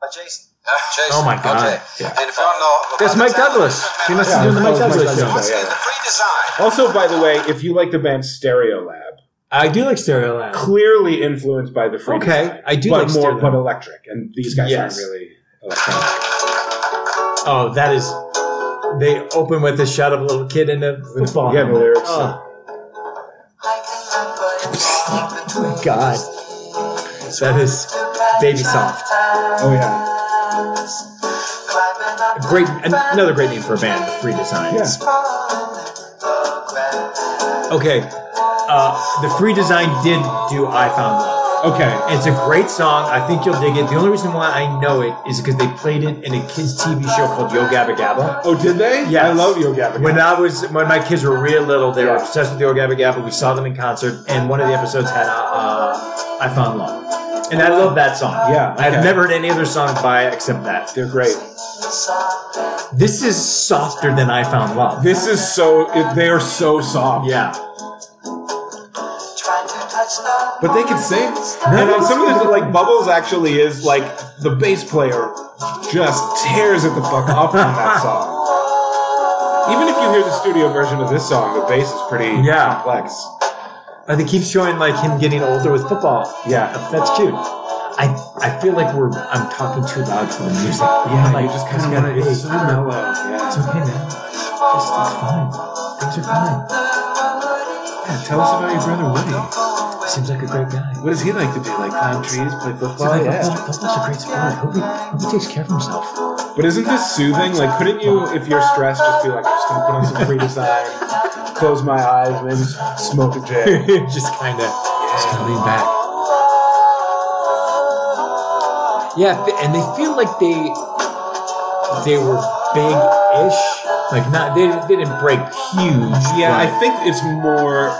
Speaker 4: Uh, Jason. Uh, Jason.
Speaker 2: Oh my god.
Speaker 4: Okay.
Speaker 2: Yeah.
Speaker 4: And if y'all know,
Speaker 2: That's Mike Douglas. He must have
Speaker 1: Yeah,
Speaker 2: done the Mike
Speaker 1: that was Mike
Speaker 2: Douglas show.
Speaker 4: Once
Speaker 1: Douglas.
Speaker 4: again, the free design.
Speaker 1: Also, by the way, if you like the band Stereo Lab,
Speaker 2: I do like Stereo Lab.
Speaker 1: clearly influenced by the Free
Speaker 2: Okay,
Speaker 1: Design,
Speaker 2: I do
Speaker 1: but
Speaker 2: like
Speaker 1: more
Speaker 2: Stereo
Speaker 1: but
Speaker 2: Lab.
Speaker 1: electric, and these guys
Speaker 2: Yes.
Speaker 1: aren't really electronic.
Speaker 2: Oh, that is. They open with a shot of a little kid in a football.
Speaker 1: Yeah, the
Speaker 2: helmet.
Speaker 1: lyrics.
Speaker 2: Oh,
Speaker 4: God.
Speaker 2: that is
Speaker 4: Baby soft.
Speaker 1: Oh yeah,
Speaker 2: a great. an- Another great name for a band. The Free Design.
Speaker 1: yeah.
Speaker 2: Okay. Uh, the Free Design did do "I Found Love."
Speaker 1: Okay,
Speaker 2: It's a great song. I think you'll dig it. The only reason why I know it is because they played it in a kids' TV show called Yo Gabba Gabba.
Speaker 1: oh did they?
Speaker 2: Yes.
Speaker 1: I love Yo Gabba.
Speaker 2: When
Speaker 1: Gabba.
Speaker 2: I was when my kids were real little, they were
Speaker 1: Yeah.
Speaker 2: obsessed with the Yo Gabba Gabba. We saw them in concert, and one of the episodes had uh, uh, "I Found Love," and I love that song.
Speaker 1: Yeah,
Speaker 2: I've
Speaker 1: okay.
Speaker 2: never heard any other song by it except that.
Speaker 1: They're great.
Speaker 2: This is softer than "I Found Love."
Speaker 1: This is so. It, they are so soft.
Speaker 2: yeah,
Speaker 1: But they can sing. and on some of those, like Bubbles, actually is like the bass player just tears it the fuck up on that song. Even if you hear the studio version of this song, the bass is pretty
Speaker 2: Yeah.
Speaker 1: complex.
Speaker 2: and they keep showing like him getting older with football.
Speaker 1: Yeah.
Speaker 2: That's cute. I I feel like we're I'm talking too loud for the music.
Speaker 1: Yeah,
Speaker 2: like,
Speaker 1: you just kind
Speaker 2: it's
Speaker 1: of
Speaker 2: gotta
Speaker 1: gotta.
Speaker 2: be-
Speaker 1: It's so mellow. Yeah.
Speaker 2: It's okay, man. Just, it's fine. Things are fine.
Speaker 1: yeah. Tell us about your brother Woody.
Speaker 2: Seems like a great guy.
Speaker 1: What does he like to do? Like climb trees, play
Speaker 2: Oh,
Speaker 1: football?
Speaker 2: Football- Football's a great sport. Hope he, hope he takes care of himself.
Speaker 1: But isn't this soothing? Like, couldn't you, if you're stressed, just be like, I'm just gonna put on some free design, close my eyes, maybe smoke a J.
Speaker 2: just kind of, just kind of lean back. Yeah, fe- and they feel like they, they were big-ish. Like not, they, they didn't break huge.
Speaker 1: Yeah,
Speaker 2: but-
Speaker 1: I think it's more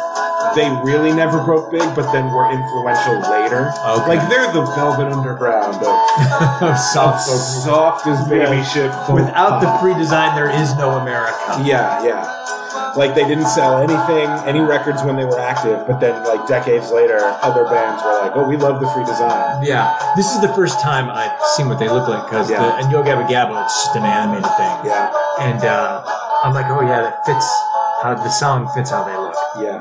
Speaker 1: they really never broke big, but then were influential later.
Speaker 2: Okay.
Speaker 1: Like they're the Velvet Underground of,
Speaker 2: of
Speaker 1: of
Speaker 2: soft folk.
Speaker 1: soft as baby shit. folk
Speaker 2: Without the
Speaker 1: pop.
Speaker 2: free design, there is no America.
Speaker 1: Yeah, yeah. Like they didn't sell anything, any records when they were active, but then like decades later, other bands were like, "Oh, we love the free design."
Speaker 2: Yeah, this is the first time I've seen what they look like because
Speaker 1: Yeah.
Speaker 2: the and Yo Gabba Gabba, it's just an animated thing,
Speaker 1: Yeah,
Speaker 2: and uh, I'm like, oh yeah, that fits how the song fits how they look,
Speaker 1: yeah.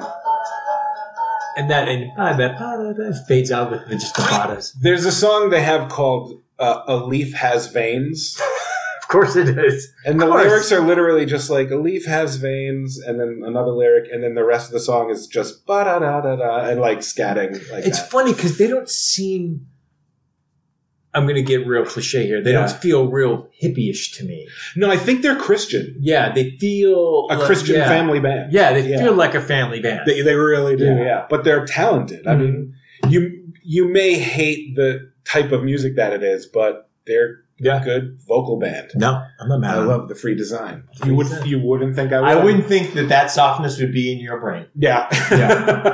Speaker 2: and that and I bet ah, fades out with the- just the bodice.
Speaker 1: There's a song they have called uh, "A Leaf Has Veins,"
Speaker 2: Of course it is.
Speaker 1: and the
Speaker 2: Of course.
Speaker 1: lyrics are literally just like "A leaf has veins," and then another lyric, and then the rest of the song is just ba da da da da and like scatting like
Speaker 2: It's
Speaker 1: that.
Speaker 2: funny because they don't seem. I'm gonna get real cliche here. They
Speaker 1: Yeah.
Speaker 2: don't feel real hippie-ish to me.
Speaker 1: No, I think they're Christian,
Speaker 2: Yeah, they feel
Speaker 1: a
Speaker 2: like-
Speaker 1: Christian
Speaker 2: yeah.
Speaker 1: family band.
Speaker 2: Yeah, they
Speaker 1: Yeah.
Speaker 2: feel like a family band.
Speaker 1: They, they really do, yeah. Mm-hmm.
Speaker 2: Yeah.
Speaker 1: But they're talented. I mean, you you may hate the type of music that it is, but they're a
Speaker 2: yeah.
Speaker 1: good vocal band.
Speaker 2: Mm-hmm. No, I'm not mad.
Speaker 1: I
Speaker 2: at them.
Speaker 1: love the Uh-huh. free design.
Speaker 2: Free
Speaker 1: you would
Speaker 2: design.
Speaker 1: you wouldn't think I would.
Speaker 2: I wouldn't think that that softness would be in your brain.
Speaker 1: Yeah.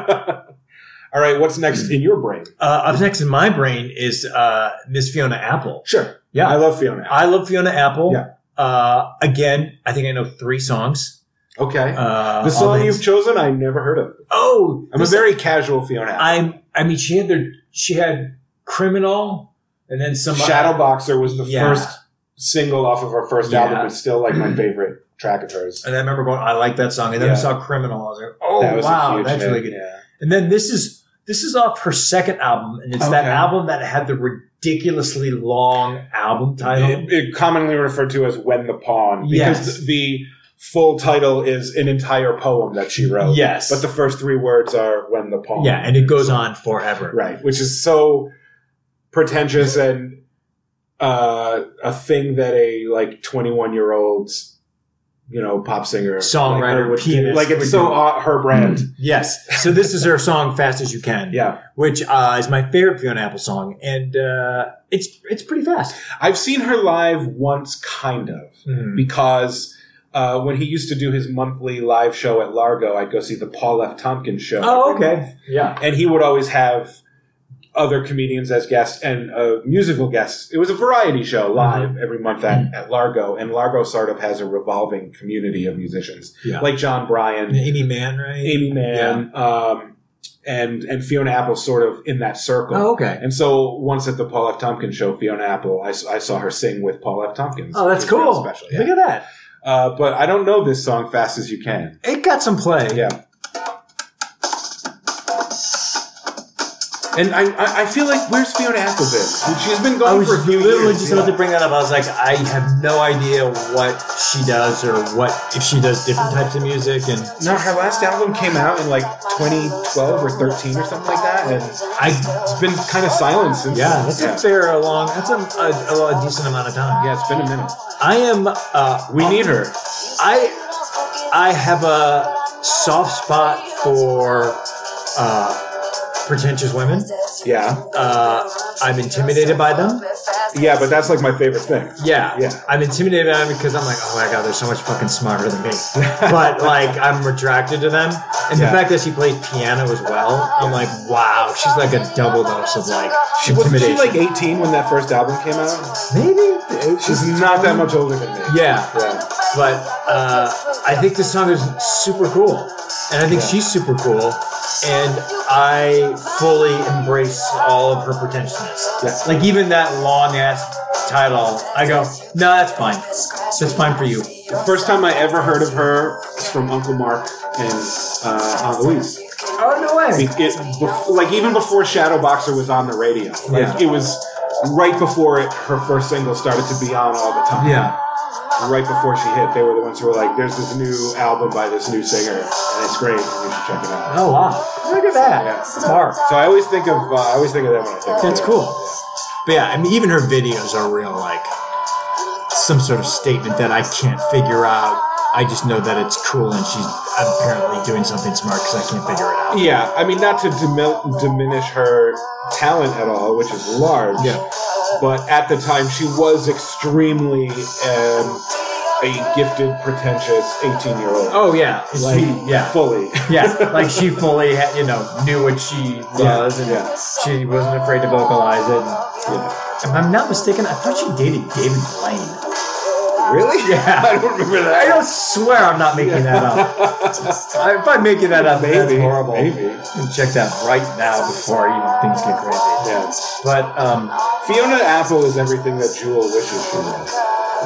Speaker 1: All right. What's next in your brain?
Speaker 2: Uh, up next in my brain is uh, Miss Fiona Apple.
Speaker 1: Sure. I
Speaker 2: I,
Speaker 1: love Fiona. Apple.
Speaker 2: love Fiona Apple.
Speaker 1: Yeah.
Speaker 2: Uh, again, I think I know three songs.
Speaker 1: Okay.
Speaker 2: Uh,
Speaker 1: the
Speaker 2: all
Speaker 1: song
Speaker 2: names-
Speaker 1: you've chosen, I never heard of.
Speaker 2: oh,
Speaker 1: I'm a
Speaker 2: this-
Speaker 1: very casual Fiona. Apple.
Speaker 2: I'm. I mean, she had their. She had criminal, and then some
Speaker 1: Shadow Boxer was the
Speaker 2: Yeah.
Speaker 1: first single off of her first
Speaker 2: Yeah.
Speaker 1: album. It's still like my favorite track of hers.
Speaker 2: And I remember going, I like that song. And then
Speaker 1: Yeah.
Speaker 2: I saw criminal. I was like, oh
Speaker 1: That was a
Speaker 2: wow,
Speaker 1: huge
Speaker 2: that's
Speaker 1: hit,
Speaker 2: really good.
Speaker 1: yeah.
Speaker 2: And then this is this is off her second album, and it's that
Speaker 1: Okay.
Speaker 2: album that had the ridiculously long album title.
Speaker 1: It, it commonly referred to as "When the Pawn" because
Speaker 2: Yes.
Speaker 1: the full title is an entire poem that she wrote.
Speaker 2: Yes.
Speaker 1: but the first three words are "When the Pawn."
Speaker 2: yeah, and it goes on forever.
Speaker 1: right, which is so pretentious and uh, a thing that a like twenty-one-year-old, you know, pop singer,
Speaker 2: Songwriter,
Speaker 1: like, her would do.
Speaker 2: pianist
Speaker 1: like it's
Speaker 2: would
Speaker 1: so
Speaker 2: do. Hmm.
Speaker 1: uh, her brand.
Speaker 2: Yes. So this is her song "Fast as You Can,"
Speaker 1: Yeah,
Speaker 2: which uh, is my favorite Fiona Apple song, and uh, it's it's pretty fast.
Speaker 1: I've seen her live once, kind of.
Speaker 2: Hmm.
Speaker 1: because uh, when he used to do his monthly live show at Largo, I'd go see the Paul F. Tompkins show.
Speaker 2: Oh,
Speaker 1: every
Speaker 2: okay.
Speaker 1: month.
Speaker 2: Yeah.
Speaker 1: And he would always have other comedians as guests and uh, musical guests. It was a variety show live
Speaker 2: Mm-hmm.
Speaker 1: every month at, at Largo, and Largo sort of has a revolving community of musicians
Speaker 2: Yeah.
Speaker 1: like John Bryan,
Speaker 2: Amy Mann, right?
Speaker 1: Amy Mann, um, and and Fiona Apple, sort of in that circle.
Speaker 2: Oh, okay.
Speaker 1: And so once at the Paul F. Tompkins show, Fiona Apple, I, s- I saw her sing with Paul F. Tompkins.
Speaker 2: Oh, that's
Speaker 1: It was really
Speaker 2: cool.
Speaker 1: Special, yeah.
Speaker 2: Look at that.
Speaker 1: Uh, but I don't know this song fast as you can.
Speaker 2: It got some play.
Speaker 1: Yeah. And I, I, I feel like where's Fiona Apple been? She's been
Speaker 2: I
Speaker 1: gone
Speaker 2: was
Speaker 1: for a few
Speaker 2: literally
Speaker 1: years.
Speaker 2: just
Speaker 1: yeah.
Speaker 2: about to bring that up. I was like, I have no idea what she does or what if she does different types of music, and
Speaker 1: No, her last album came out in like 2012 or 13 or something like that, and
Speaker 2: I.
Speaker 1: it's been kind of silent since.
Speaker 2: Yeah, that's
Speaker 1: yeah.
Speaker 2: a fair a long. That's a, a, a decent amount of time.
Speaker 1: Yeah, it's been a minute.
Speaker 2: I am. Uh,
Speaker 1: We need her.
Speaker 2: I I have a soft spot for uh, pretentious women.
Speaker 1: Yeah,
Speaker 2: Uh, I'm intimidated by them.
Speaker 1: yeah, but that's like my favorite thing.
Speaker 2: Yeah,
Speaker 1: Yeah.
Speaker 2: I'm intimidated by them because I'm like, oh my god, they're so much fucking smarter than me. but like, I'm attracted to them, and
Speaker 1: Yeah.
Speaker 2: the fact that she plays piano as well, I'm like, wow, she's like a double dose of like
Speaker 1: She wasn't she
Speaker 2: intimidation.
Speaker 1: like 18 when that first album came out.
Speaker 2: Maybe
Speaker 1: She's not that much older than me.
Speaker 2: Yeah,
Speaker 1: Yeah.
Speaker 2: but uh, I think this song is super cool, and I think she's super cool, and I fully embrace all of her pretentiousness.
Speaker 1: Yeah.
Speaker 2: Like even that long ass title, I go, no, that's fine, that's fine for you.
Speaker 1: The first time I ever heard of her was from Uncle Mark and uh, Aunt Louise.
Speaker 2: Oh no way!
Speaker 1: It, it, bef- like even before Shadow Boxer was on the radio, like
Speaker 2: Yeah.
Speaker 1: it was right before it, her first single started to be on all the time.
Speaker 2: Yeah.
Speaker 1: Right before she hit, they were the ones who were like, "There's this new album by this new singer, and it's great. You should check it out."
Speaker 2: Oh wow! Look at that.
Speaker 1: Yeah.
Speaker 2: Mark.
Speaker 1: So I always think of uh, I always think of that when I think.
Speaker 2: Oh. That's
Speaker 1: of her.
Speaker 2: cool. But yeah, I mean, even her videos are real, like some sort of statement that I can't figure out. I just know that it's cool, and she's apparently doing something smart because I can't figure it out.
Speaker 1: Yeah, I mean, not to dimi- diminish her talent at all, which is large.
Speaker 2: Yeah.
Speaker 1: But at the time, she was extremely um, a gifted, pretentious 18 year old.
Speaker 2: Oh yeah,
Speaker 1: like,
Speaker 2: like, yeah,
Speaker 1: fully.
Speaker 2: yeah. Like she fully, ha- you know, knew what she was, and
Speaker 1: yeah.
Speaker 2: she wasn't afraid to vocalize it.
Speaker 1: yeah.
Speaker 2: If I'm not mistaken, I thought she dated David Blaine.
Speaker 1: Really?
Speaker 2: Yeah.
Speaker 1: I don't remember that.
Speaker 2: I don't swear I'm not making that up. I- If I'm making that up, that's
Speaker 1: Maybe,
Speaker 2: horrible.
Speaker 1: maybe.
Speaker 2: You can check that right now before even things get crazy.
Speaker 1: Yeah.
Speaker 2: But um,
Speaker 1: Fiona Apple is everything that Jewel wishes she was.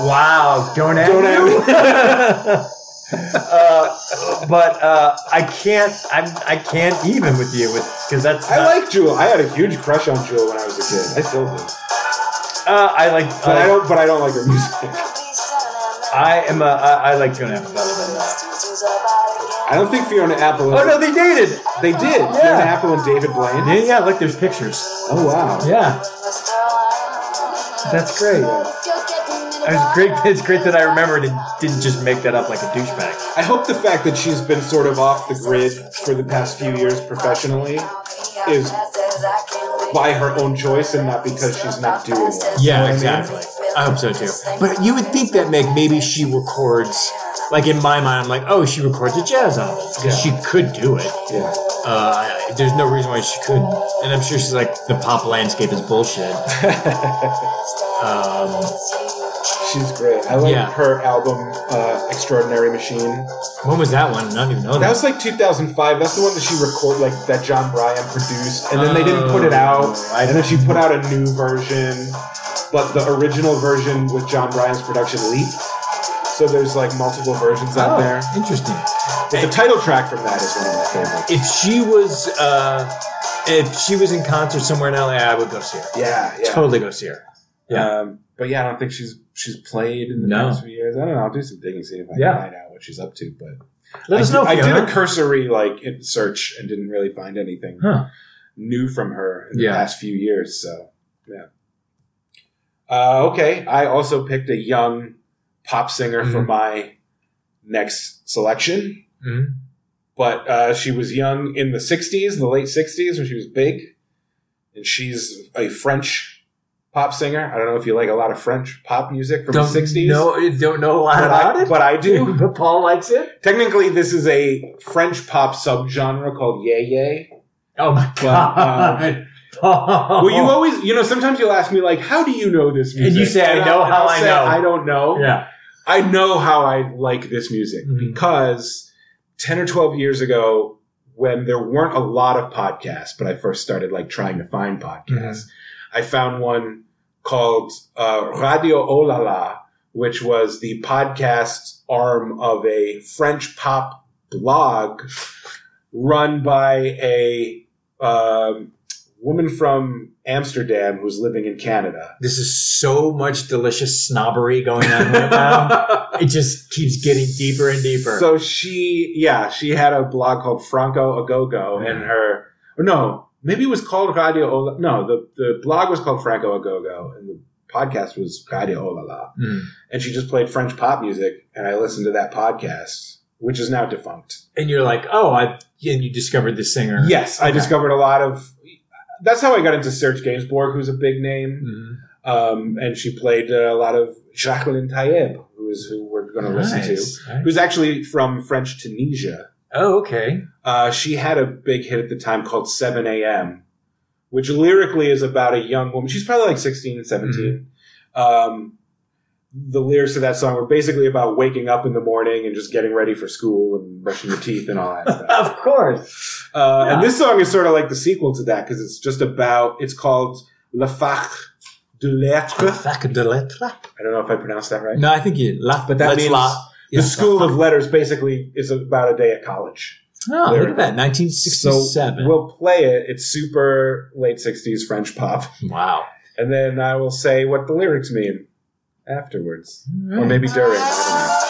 Speaker 2: wow, don't ask.
Speaker 1: Don't add me.
Speaker 2: uh, but uh, I can't. I'm. I can't even with you with because that's.
Speaker 1: I
Speaker 2: not-
Speaker 1: like Jewel. I had a huge crush on Jewel when I was a kid. I still do.
Speaker 2: Uh, I like.
Speaker 1: But I don't. But I don't like her music.
Speaker 2: I am a. I, I like Joan Apple better than that.
Speaker 1: I don't think Fiona Apple.
Speaker 2: Oh no, they dated.
Speaker 1: they did. Fiona Apple and David Blaine.
Speaker 2: Yeah, yeah. Look, there's pictures.
Speaker 1: Oh wow.
Speaker 2: Yeah, that's great. It was great. It's great that I remembered and didn't just make that up like a douchebag.
Speaker 1: I hope the fact that she's been sort of off the grid for the past few years professionally is by her own choice and not because she's not doing well.
Speaker 2: Yeah, exactly. I hope so too. But you would think that make maybe she records. Like in my mind, I'm like, oh, she records a jazz album because she could do it.
Speaker 1: Yeah.
Speaker 2: Uh, there's no reason why she couldn't. And I'm sure she's like, the pop landscape is bullshit. um,
Speaker 1: She's great. I like
Speaker 2: Yeah.
Speaker 1: her album uh, Extraordinary Machine.
Speaker 2: when was that one? I don't even know.
Speaker 1: That was like 2005. That's the one that she recorded, like that John Bryan produced, and then they didn't put it
Speaker 2: Oh,
Speaker 1: out.
Speaker 2: I-
Speaker 1: and then she put out a new version, but the original version with John Bryan's production leaked. So there's like multiple versions out
Speaker 2: Oh,
Speaker 1: there.
Speaker 2: Interesting.
Speaker 1: But the title track from that is one of my favorites.
Speaker 2: If she was, uh, if she was in concert somewhere in LA, I would go see her.
Speaker 1: Yeah, yeah.
Speaker 2: Totally go see her. Yeah.
Speaker 1: Um, but yeah, I don't think she's she's played in the
Speaker 2: No.
Speaker 1: past few years. I don't know. I'll do some digging, see if I
Speaker 2: Yeah.
Speaker 1: can find out what she's up to. But
Speaker 2: Let
Speaker 1: I
Speaker 2: us
Speaker 1: did,
Speaker 2: know.
Speaker 1: I did
Speaker 2: Fiona.
Speaker 1: a cursory like in- search and didn't really find anything
Speaker 2: Huh.
Speaker 1: new from her in the
Speaker 2: Yeah.
Speaker 1: past few years. So yeah. Uh, okay, I also picked a young pop singer for
Speaker 2: Mhm.
Speaker 1: my next selection,
Speaker 2: Mhm.
Speaker 1: but uh, she was young in the '60s, the late '60s, when she was big, and she's a French pop singer. I don't know if you like a lot of French pop music from the '60s.
Speaker 2: know- don't know a lot
Speaker 1: but I, but I do.
Speaker 2: But Paul likes it.
Speaker 1: Technically, this is a French pop subgenre called yay yay.
Speaker 2: Oh my
Speaker 1: But, um,
Speaker 2: god. Paul.
Speaker 1: Well, you always, you know, sometimes you'll ask me like, "How do you know this
Speaker 2: Uh-huh. And
Speaker 1: music?"
Speaker 2: you say, "I know
Speaker 1: I'll-
Speaker 2: how
Speaker 1: I'll
Speaker 2: I
Speaker 1: say,
Speaker 2: know."
Speaker 1: I don't know.
Speaker 2: Yeah.
Speaker 1: I know how I like this music
Speaker 2: Mhm.
Speaker 1: because ten or twelve years ago, when there weren't a lot of podcasts, but I first started like trying to find podcasts, I found one called uh, Radio Olala, which was the podcast arm of a French pop blog run by a um, woman from Amsterdam who's living in Canada.
Speaker 2: This is so much delicious snobbery going on right now. it just keeps getting deeper and deeper.
Speaker 1: So she, yeah, she had a blog called Franco Agogo, and her, or no, maybe it was called Radio Ola. No, the, the blog was called Franco Agogo, and the podcast was Radio Olala.
Speaker 2: Mm.
Speaker 1: and she just played French pop music, and I listened to that podcast, which is now defunct.
Speaker 2: And you're like, oh, I. And you discovered this singer.
Speaker 1: Yes, I
Speaker 2: Okay.
Speaker 1: discovered a lot of. That's how I got into Serge Gainsbourg, who's a big name,
Speaker 2: Mhm.
Speaker 1: um, and she played uh, a lot of Jacqueline Tayeb, who is who we're going to listen to,
Speaker 2: Nice. Nice.
Speaker 1: who's actually from French Tunisia.
Speaker 2: Oh, okay.
Speaker 1: Uh, she had a big hit at the time called 7 a.m., which lyrically is about a young woman. She's probably like 16, 17.
Speaker 2: Mm-hmm.
Speaker 1: Um, the lyrics to that song were basically about waking up in the morning and just getting ready for school and brushing your teeth and all that stuff.
Speaker 2: Of course.
Speaker 1: Uh, And
Speaker 2: Yeah.
Speaker 1: this song is sort of like the sequel to that because it's just about, it's called La Fac de Lettres. I don't know if I pronounced that right.
Speaker 2: No, I think you la,
Speaker 1: But that
Speaker 2: that's
Speaker 1: means
Speaker 2: la.
Speaker 1: the School of Letters basically is about a day at college.
Speaker 2: Oh,
Speaker 1: There
Speaker 2: look
Speaker 1: it
Speaker 2: at that, 1967.
Speaker 1: So we'll play it. It's super late 60s French pop.
Speaker 2: wow.
Speaker 1: And then I will say what the lyrics mean afterwards. Or maybe during. I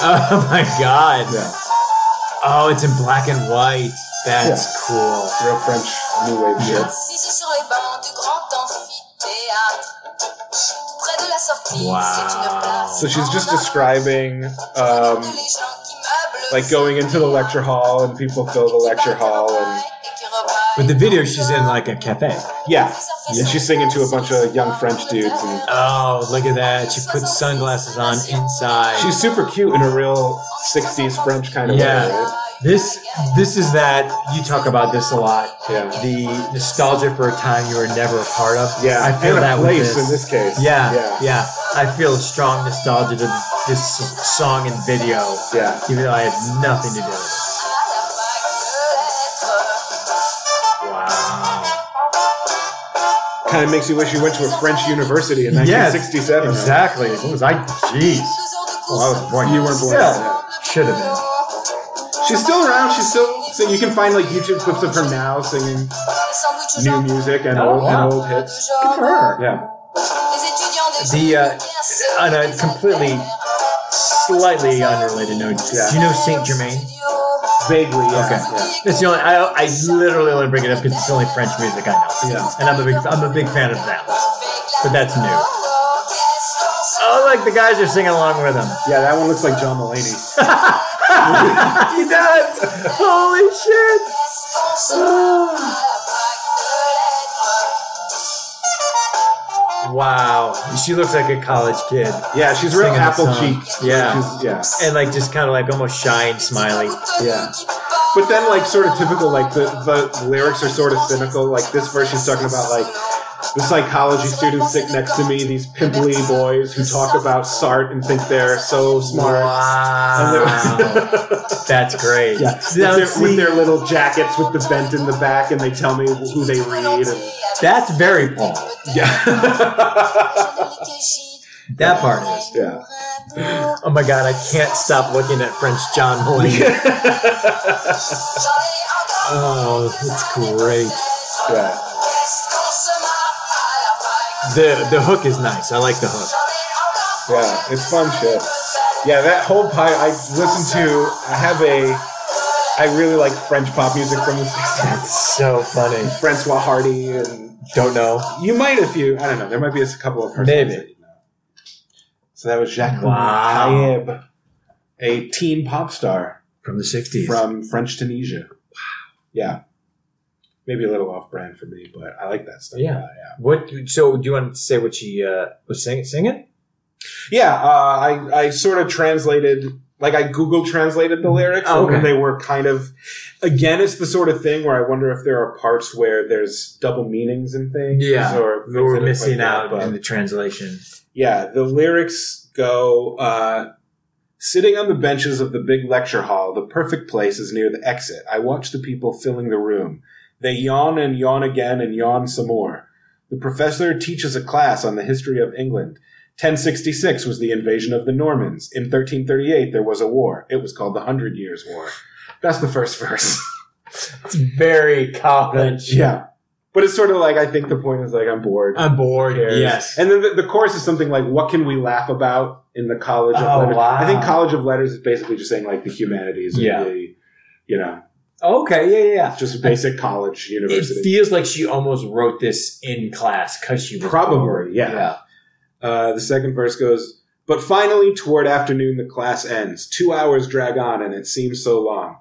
Speaker 2: Oh my god.
Speaker 1: don't know. Yeah.
Speaker 2: Oh, it's in black and white. That's cool.
Speaker 1: Real French new wave shit.
Speaker 5: Assis sur les bancs du grand amphithéâtre, tout près de la sortie,
Speaker 2: Wow.
Speaker 5: c'est une place.
Speaker 1: So she's just
Speaker 5: en or.
Speaker 1: describing
Speaker 5: Je regarde
Speaker 1: um,
Speaker 5: les gens qui meublent
Speaker 1: like going into the lecture hall and people fill the
Speaker 5: qui
Speaker 1: lecture
Speaker 5: partent en
Speaker 1: hall and
Speaker 5: braille et qui rebraillent
Speaker 2: With the video, she's in like a cafe.
Speaker 1: Yeah. And she's singing to a bunch of young French dudes. And
Speaker 2: Oh, look at that. She puts sunglasses on inside.
Speaker 1: she's super cute in a real 60s French kind of
Speaker 2: Yeah.
Speaker 1: way.
Speaker 2: this this is that you talk about this a lot.
Speaker 1: Yeah.
Speaker 2: The nostalgia for a time you were never a part of.
Speaker 1: Yeah,
Speaker 2: I feel
Speaker 1: and a
Speaker 2: that
Speaker 1: place
Speaker 2: with
Speaker 1: in this
Speaker 2: this.
Speaker 1: case.
Speaker 2: Yeah,
Speaker 1: Yeah.
Speaker 2: yeah, I feel strong nostalgia to this song and video.
Speaker 1: Yeah.
Speaker 2: Even though I had nothing to do with it. Wow.
Speaker 1: Kind of makes you wish you went to a French university in 1967. right?
Speaker 2: Exactly. What was I? Jeez. Well, I was born.
Speaker 1: You weren't born
Speaker 2: Still,
Speaker 1: yet.
Speaker 2: Should have been.
Speaker 1: She's still around. She's still. So you can find like YouTube clips of her now singing new music and,
Speaker 2: Oh,
Speaker 1: old,
Speaker 2: wow.
Speaker 1: and old hits.
Speaker 2: Good for her.
Speaker 1: Yeah.
Speaker 2: The uh, on a completely, slightly unrelated note,
Speaker 1: Yeah.
Speaker 2: do you know Saint Germain?
Speaker 1: Vaguely. Yeah.
Speaker 2: Okay.
Speaker 1: Yeah.
Speaker 2: That's the only. I, I literally only bring it up because it's the only French music I know.
Speaker 1: Yeah.
Speaker 2: And I'm a big I'm a big fan of that. But that's new. Oh, look, the guys are singing along with him.
Speaker 1: Yeah, that one looks like John Mulaney.
Speaker 2: he does. Holy shit. wow. She looks like a college kid.
Speaker 1: Yeah, she's real
Speaker 2: Singing the
Speaker 1: apple
Speaker 2: song.
Speaker 1: cheeked.
Speaker 2: Yeah.
Speaker 1: She's, yeah.
Speaker 2: And like just kind of like almost shy and smiley.
Speaker 1: Yeah. But then, like, sort of typical, like, the, the lyrics are sort of cynical. Like, this verse she's talking about, like, the psychology students sit next to me, these pimply boys who talk about Sartre and think they're so smart. And
Speaker 2: Wow.
Speaker 1: they're-
Speaker 2: That's great.
Speaker 1: yeah, with
Speaker 2: Now,
Speaker 1: their, with
Speaker 2: see,
Speaker 1: their little jackets with the vent in the back, and they tell me who they read. And,
Speaker 2: that's very Paul.
Speaker 1: yeah.
Speaker 2: That part is.
Speaker 1: yeah.
Speaker 2: Oh my god, I can't stop looking at French John Mulaney. oh, it's great.
Speaker 1: yeah.
Speaker 2: The the hook is nice. I like the hook.
Speaker 1: Yeah, it's fun shit. Yeah, that whole pie I listen to. I have a. I really like French pop music from the 60s.
Speaker 2: So funny.
Speaker 1: Francois Hardy, and
Speaker 2: Don't know.
Speaker 1: you might if you. I don't know. There might be a couple of her songs
Speaker 2: Maybe.
Speaker 1: that you know. So that was Jacqueline
Speaker 2: Wow.
Speaker 1: Tayeb, a teen pop star
Speaker 2: From the 60s.
Speaker 1: from French Tunisia. Wow. Yeah. Maybe a little off brand for me, but I like that stuff.
Speaker 2: Oh, Yeah.
Speaker 1: yeah.
Speaker 2: What? So, do you want to say what she uh, was singing? Singing?
Speaker 1: Yeah, uh, I I sort of translated like I Google translated the lyrics,
Speaker 2: Oh, okay.
Speaker 1: and they were kind of again. It's the sort of thing where I wonder if there are parts where there's double meanings in things,
Speaker 2: Yeah.
Speaker 1: or
Speaker 2: We
Speaker 1: things that
Speaker 2: were
Speaker 1: are
Speaker 2: missing
Speaker 1: like that,
Speaker 2: out
Speaker 1: but-
Speaker 2: in the translation.
Speaker 1: yeah, the lyrics go uh, Sitting on the benches of the big lecture hall, the perfect place is near the exit. I watch the people filling the room. They yawn and yawn again and yawn some more. The professor teaches a class on the history of England. 1066 was the invasion of the Normans. In 1338, there was a war. It was called the Hundred Years' War. That's the first verse.
Speaker 2: It's very college.
Speaker 1: yeah. But it's sort of like, I think the point is like, I'm bored.
Speaker 2: I'm bored.
Speaker 1: cares?
Speaker 2: Yes.
Speaker 1: And then the, the chorus is something like, "What can we laugh about in the College of
Speaker 2: Oh,
Speaker 1: Letters?"
Speaker 2: wow.
Speaker 1: I think College of Letters is basically just saying like the humanities.
Speaker 2: Yeah.
Speaker 1: And the, you know,
Speaker 2: okay. Yeah. Yeah.
Speaker 1: just basic college
Speaker 2: yeah. It
Speaker 1: university.
Speaker 2: feels like she almost wrote this in class because she was
Speaker 1: Probably,
Speaker 2: bored.
Speaker 1: yeah. Uh, the second verse goes, But finally, toward afternoon, the class ends. Two hours drag on, and it seems so long.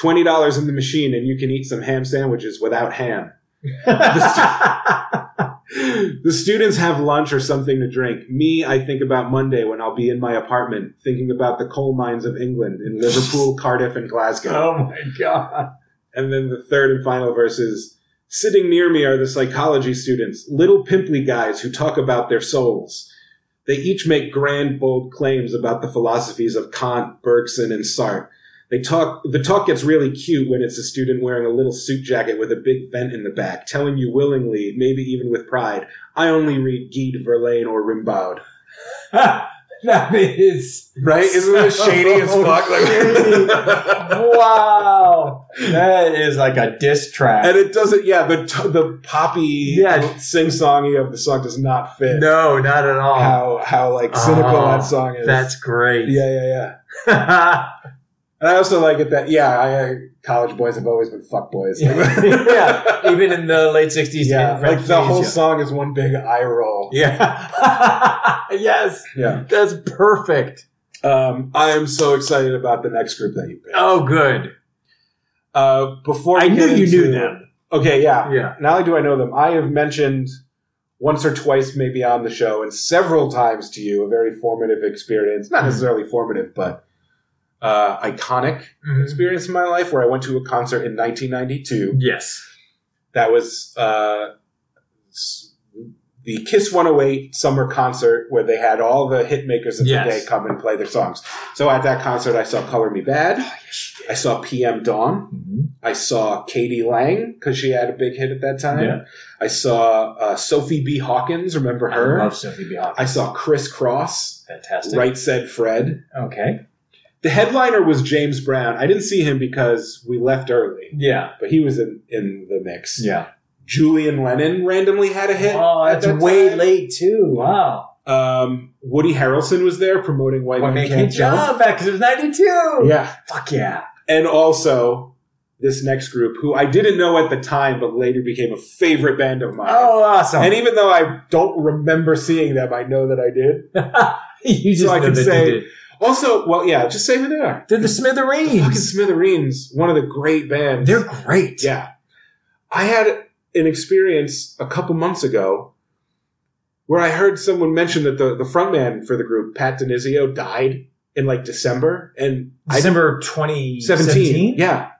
Speaker 1: $20 in the machine, and you can eat some ham sandwiches without ham. the students have lunch or something to drink. Me, I think about Monday when I'll be in my apartment, thinking about the coal mines of England in Liverpool, Cardiff, and Glasgow.
Speaker 2: Oh my god.
Speaker 1: And then the third and final verse is Sitting near me are the psychology students, little pimply guys who talk about their souls. They each make grand, bold claims about the philosophies of Kant, Bergson, and Sartre. They talk, the talk gets really cute when it's a student wearing a little suit jacket with a big vent in the back, telling you willingly, maybe even with pride, I only read Gide, Verlaine, or Rimbaud.
Speaker 2: that is
Speaker 1: Right? Isn't this shady as fuck? Like-
Speaker 2: wow. That is like a diss track.
Speaker 1: and it doesn't. Yeah, the t- the poppy
Speaker 2: Yeah.
Speaker 1: sing-songy of the song does not fit.
Speaker 2: no, not at all.
Speaker 1: how how like cynical
Speaker 2: Oh,
Speaker 1: that song is.
Speaker 2: That's great.
Speaker 1: yeah, yeah, yeah. And I also like it that yeah, I, I college boys have always been fuck boys.
Speaker 2: yeah. Even in the late sixties.
Speaker 1: Yeah, like the whole song is one big eye roll.
Speaker 2: Yeah. yes.
Speaker 1: Yeah,
Speaker 2: That's perfect.
Speaker 1: um, I am so excited about the next group that you picked.
Speaker 2: Oh, good.
Speaker 1: Uh, before
Speaker 2: Oh. I
Speaker 1: we
Speaker 2: knew
Speaker 1: get
Speaker 2: you
Speaker 1: into-
Speaker 2: knew them.
Speaker 1: Okay, yeah.
Speaker 2: Yeah.
Speaker 1: Not only do I know them, I have mentioned once or twice, maybe on the show, and several times to you, a very formative experience. Not necessarily formative, but uh, iconic
Speaker 2: Hmm. Mm-hmm.
Speaker 1: experience in my life where I went to a concert in 1992.
Speaker 2: Yes.
Speaker 1: That was uh, s- the Kiss 108 summer concert where they had all the hit makers of
Speaker 2: Yes.
Speaker 1: the day come and play their songs. So at that concert, I saw Color Me Bad. I saw PM Dawn. I saw Katie Lang because she had a big hit at that time.
Speaker 2: Yeah.
Speaker 1: I saw uh, Sophie B. Hawkins. Remember her?
Speaker 2: I love Sophie B. Hawkins.
Speaker 1: I saw Chris Cross.
Speaker 2: Fantastic.
Speaker 1: Right said Fred.
Speaker 2: Okay.
Speaker 1: The headliner was James Brown. I didn't see him because we left early,
Speaker 2: Yeah.
Speaker 1: but he was in, in the mix.
Speaker 2: Yeah.
Speaker 1: Julian Lennon randomly had a hit.
Speaker 2: Oh,
Speaker 1: at
Speaker 2: that's
Speaker 1: that
Speaker 2: way
Speaker 1: time.
Speaker 2: late too. Wow.
Speaker 1: Um, Woody Harrelson was there promoting White
Speaker 2: Why
Speaker 1: Man
Speaker 2: make
Speaker 1: Can't
Speaker 2: it
Speaker 1: Jump.
Speaker 2: job back because it was ninety two.
Speaker 1: Yeah,
Speaker 2: Fuck yeah.
Speaker 1: and also this next group, who I didn't know at the time, but later became a favorite band of mine.
Speaker 2: Oh, awesome.
Speaker 1: And even though I don't remember seeing them, I know that I did.
Speaker 2: you just
Speaker 1: so I
Speaker 2: know
Speaker 1: can
Speaker 2: that you
Speaker 1: say-
Speaker 2: did.
Speaker 1: Also, well, yeah, just say who they are.
Speaker 2: They're the
Speaker 1: Fucking
Speaker 2: Smithereens.
Speaker 1: Smithereens, one of the great bands.
Speaker 2: They're great.
Speaker 1: yeah. I had an experience a couple months ago where I heard someone mention that the, the frontman for the group, Pat Denizio, died in like December and
Speaker 2: December twenty
Speaker 1: I, 17.
Speaker 2: seventeen.
Speaker 1: Yeah.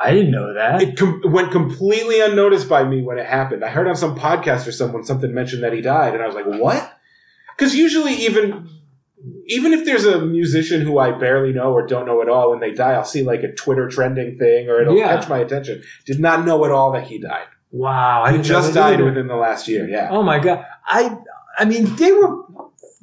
Speaker 2: I didn't know that.
Speaker 1: It com- went completely unnoticed by me when it happened. I heard on some podcast or someone something mentioned that he died, and I was like, "What?" Because usually, even even if there's a musician who I barely know or don't know at all, when they die, I'll see like a Twitter trending thing or it'll
Speaker 2: Yeah.
Speaker 1: catch my attention. Did not know at all that he died.
Speaker 2: wow. I
Speaker 1: He
Speaker 2: didn't
Speaker 1: just
Speaker 2: know that
Speaker 1: died
Speaker 2: either.
Speaker 1: within the last year. Yeah,
Speaker 2: Oh my god. I I mean they were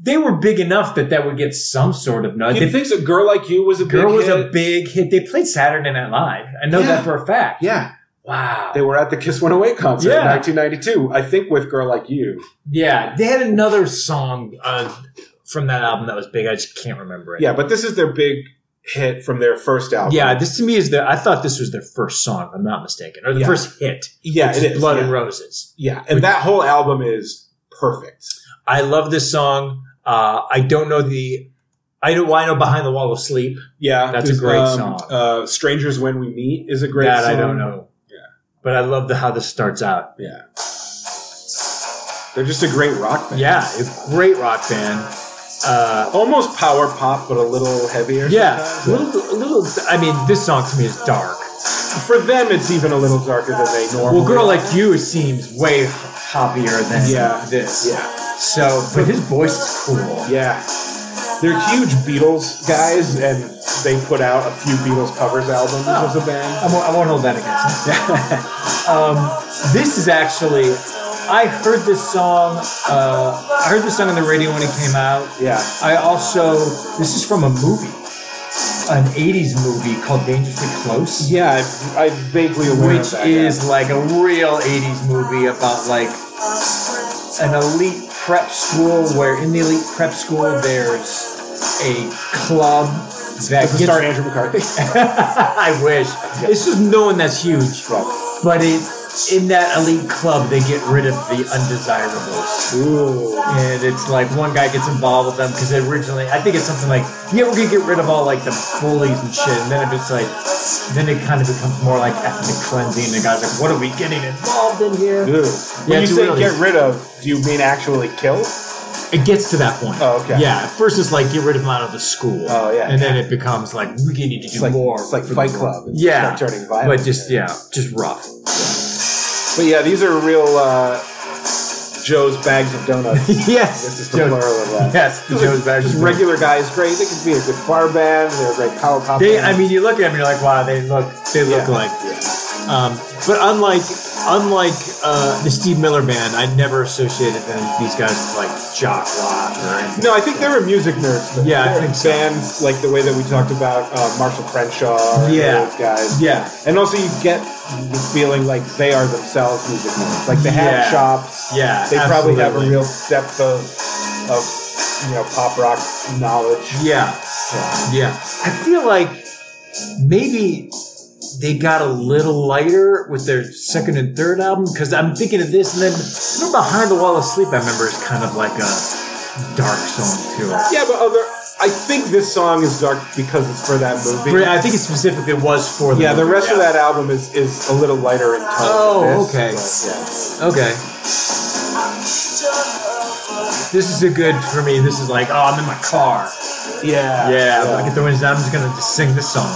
Speaker 2: they were big enough that that would get some sort of nod.
Speaker 1: he
Speaker 2: They-
Speaker 1: thinks a girl like you was a
Speaker 2: Girl
Speaker 1: big
Speaker 2: was
Speaker 1: hit.
Speaker 2: a big hit. They played Saturday Night Live. I know
Speaker 1: Yeah.
Speaker 2: that for a fact.
Speaker 1: yeah,
Speaker 2: Wow.
Speaker 1: they were at the Kiss 108 concert
Speaker 2: Yeah.
Speaker 1: in 1992, I think, with "Girl Like You."
Speaker 2: yeah. They had another song uh, from that album that was big. I just can't remember it.
Speaker 1: Yeah, but this is their big hit from their first album.
Speaker 2: Yeah, this to me is the. I thought this was their first song, if I'm not mistaken, or the
Speaker 1: Yeah.
Speaker 2: first hit.
Speaker 1: yeah,
Speaker 2: which
Speaker 1: it is.
Speaker 2: Blood
Speaker 1: yeah.
Speaker 2: and Roses.
Speaker 1: Yeah, and that whole album is perfect.
Speaker 2: I love this song. Uh, I don't know the. I know. I know Behind the Wall of Sleep.
Speaker 1: Yeah,
Speaker 2: That's a
Speaker 1: there's,
Speaker 2: great song.
Speaker 1: Uh, "Strangers When We Meet" is a great
Speaker 2: that
Speaker 1: song.
Speaker 2: I don't know.
Speaker 1: Yeah.
Speaker 2: But I love the how this starts out.
Speaker 1: Yeah, they're just a great rock band.
Speaker 2: Yeah, a great rock band. Uh,
Speaker 1: almost power pop, but a little heavier.
Speaker 2: yeah, a
Speaker 1: sometimes.
Speaker 2: little, a little. I mean, this song to me is dark.
Speaker 1: for them, it's even a little darker than they normally.
Speaker 2: Well, girl like you seems way hoppier than
Speaker 1: Yeah.
Speaker 2: this.
Speaker 1: yeah,
Speaker 2: So, but his voice is cool.
Speaker 1: yeah, they're huge Beatles guys, and they put out a few Beatles covers albums
Speaker 2: Oh.
Speaker 1: as a band.
Speaker 2: I won't, I won't hold that against him. Um, this is actually. I heard this song. Uh, I heard this song on the radio when it came out.
Speaker 1: yeah,
Speaker 2: I also this is from a movie, an '80s movie called Dangerously Close,
Speaker 1: yeah, I, I vaguely aware of
Speaker 2: which
Speaker 1: that, yeah.
Speaker 2: is like a real '80s movie about like an elite prep school where in the elite prep school there's a club that
Speaker 1: Does it
Speaker 2: gets-
Speaker 1: star Andrew McCarthy.
Speaker 2: I wish. It's just knowing that's huge,
Speaker 1: Right.
Speaker 2: but it in that elite club they get rid of the undesirables.
Speaker 1: Ooh.
Speaker 2: And it's like one guy gets involved with them because originally, I think it's something like, yeah, we're gonna get rid of all like the bullies and shit. And then if it's like, then it kind of becomes more like ethnic cleansing. And the guy's like, what are we getting involved in here?
Speaker 1: Ew. When you
Speaker 2: it's
Speaker 1: say
Speaker 2: really-
Speaker 1: get rid of, do you mean actually kill?
Speaker 2: It gets to that point.
Speaker 1: Oh, okay.
Speaker 2: Yeah, at first it's like get rid of them out of the school.
Speaker 1: Oh, yeah.
Speaker 2: And then it becomes like we need to do
Speaker 1: It's like,
Speaker 2: more.
Speaker 1: it's like
Speaker 2: for the
Speaker 1: Fight
Speaker 2: world.
Speaker 1: Club. It's
Speaker 2: Yeah,
Speaker 1: not turning violent.
Speaker 2: but just yeah, just rough.
Speaker 1: But yeah, these are real uh, Joe's bags of donuts.
Speaker 2: yes,
Speaker 1: this is the plural of that.
Speaker 2: Yes, the
Speaker 1: Those are
Speaker 2: Joe's bags
Speaker 1: Just
Speaker 2: of
Speaker 1: regular guys, great. They could be a good bar band. They're a great power pop.
Speaker 2: They,
Speaker 1: band.
Speaker 2: I mean, you look at them, you're like, wow, they look, they
Speaker 1: Yeah.
Speaker 2: look like. Um, but unlike, unlike uh, the Steve Miller band, I never associated them these guys with like jock rock or anything.
Speaker 1: no, I think they were music nerds. though.
Speaker 2: Yeah,
Speaker 1: They
Speaker 2: I
Speaker 1: were
Speaker 2: think so.
Speaker 1: bands like the way that we talked about uh, Marshall Crenshaw. And
Speaker 2: Yeah.
Speaker 1: those guys.
Speaker 2: Yeah,
Speaker 1: And also, you get the feeling like they are themselves music nerds. Like they have
Speaker 2: Yeah.
Speaker 1: chops.
Speaker 2: yeah.
Speaker 1: they probably have a
Speaker 2: absolutely.
Speaker 1: real depth of, of you know pop rock knowledge.
Speaker 2: Yeah,
Speaker 1: Yeah.
Speaker 2: yeah. I feel like maybe they got a little lighter with their second and third album because I'm thinking of this, and then you know, behind the wall of sleep, I remember is kind of like a dark song too.
Speaker 1: Yeah, but other I think this song is dark because it's for that movie.
Speaker 2: Bri- I think it specifically was for the
Speaker 1: yeah, the
Speaker 2: movie,
Speaker 1: rest of that album is, is a little lighter in tone.
Speaker 2: Oh,
Speaker 1: than this,
Speaker 2: okay.
Speaker 1: but,
Speaker 2: Okay. This is a good for me. This is like, oh, I'm in my car.
Speaker 1: Yeah.
Speaker 2: Yeah, I'm gonna get the windows down. I'm just gonna just sing this song.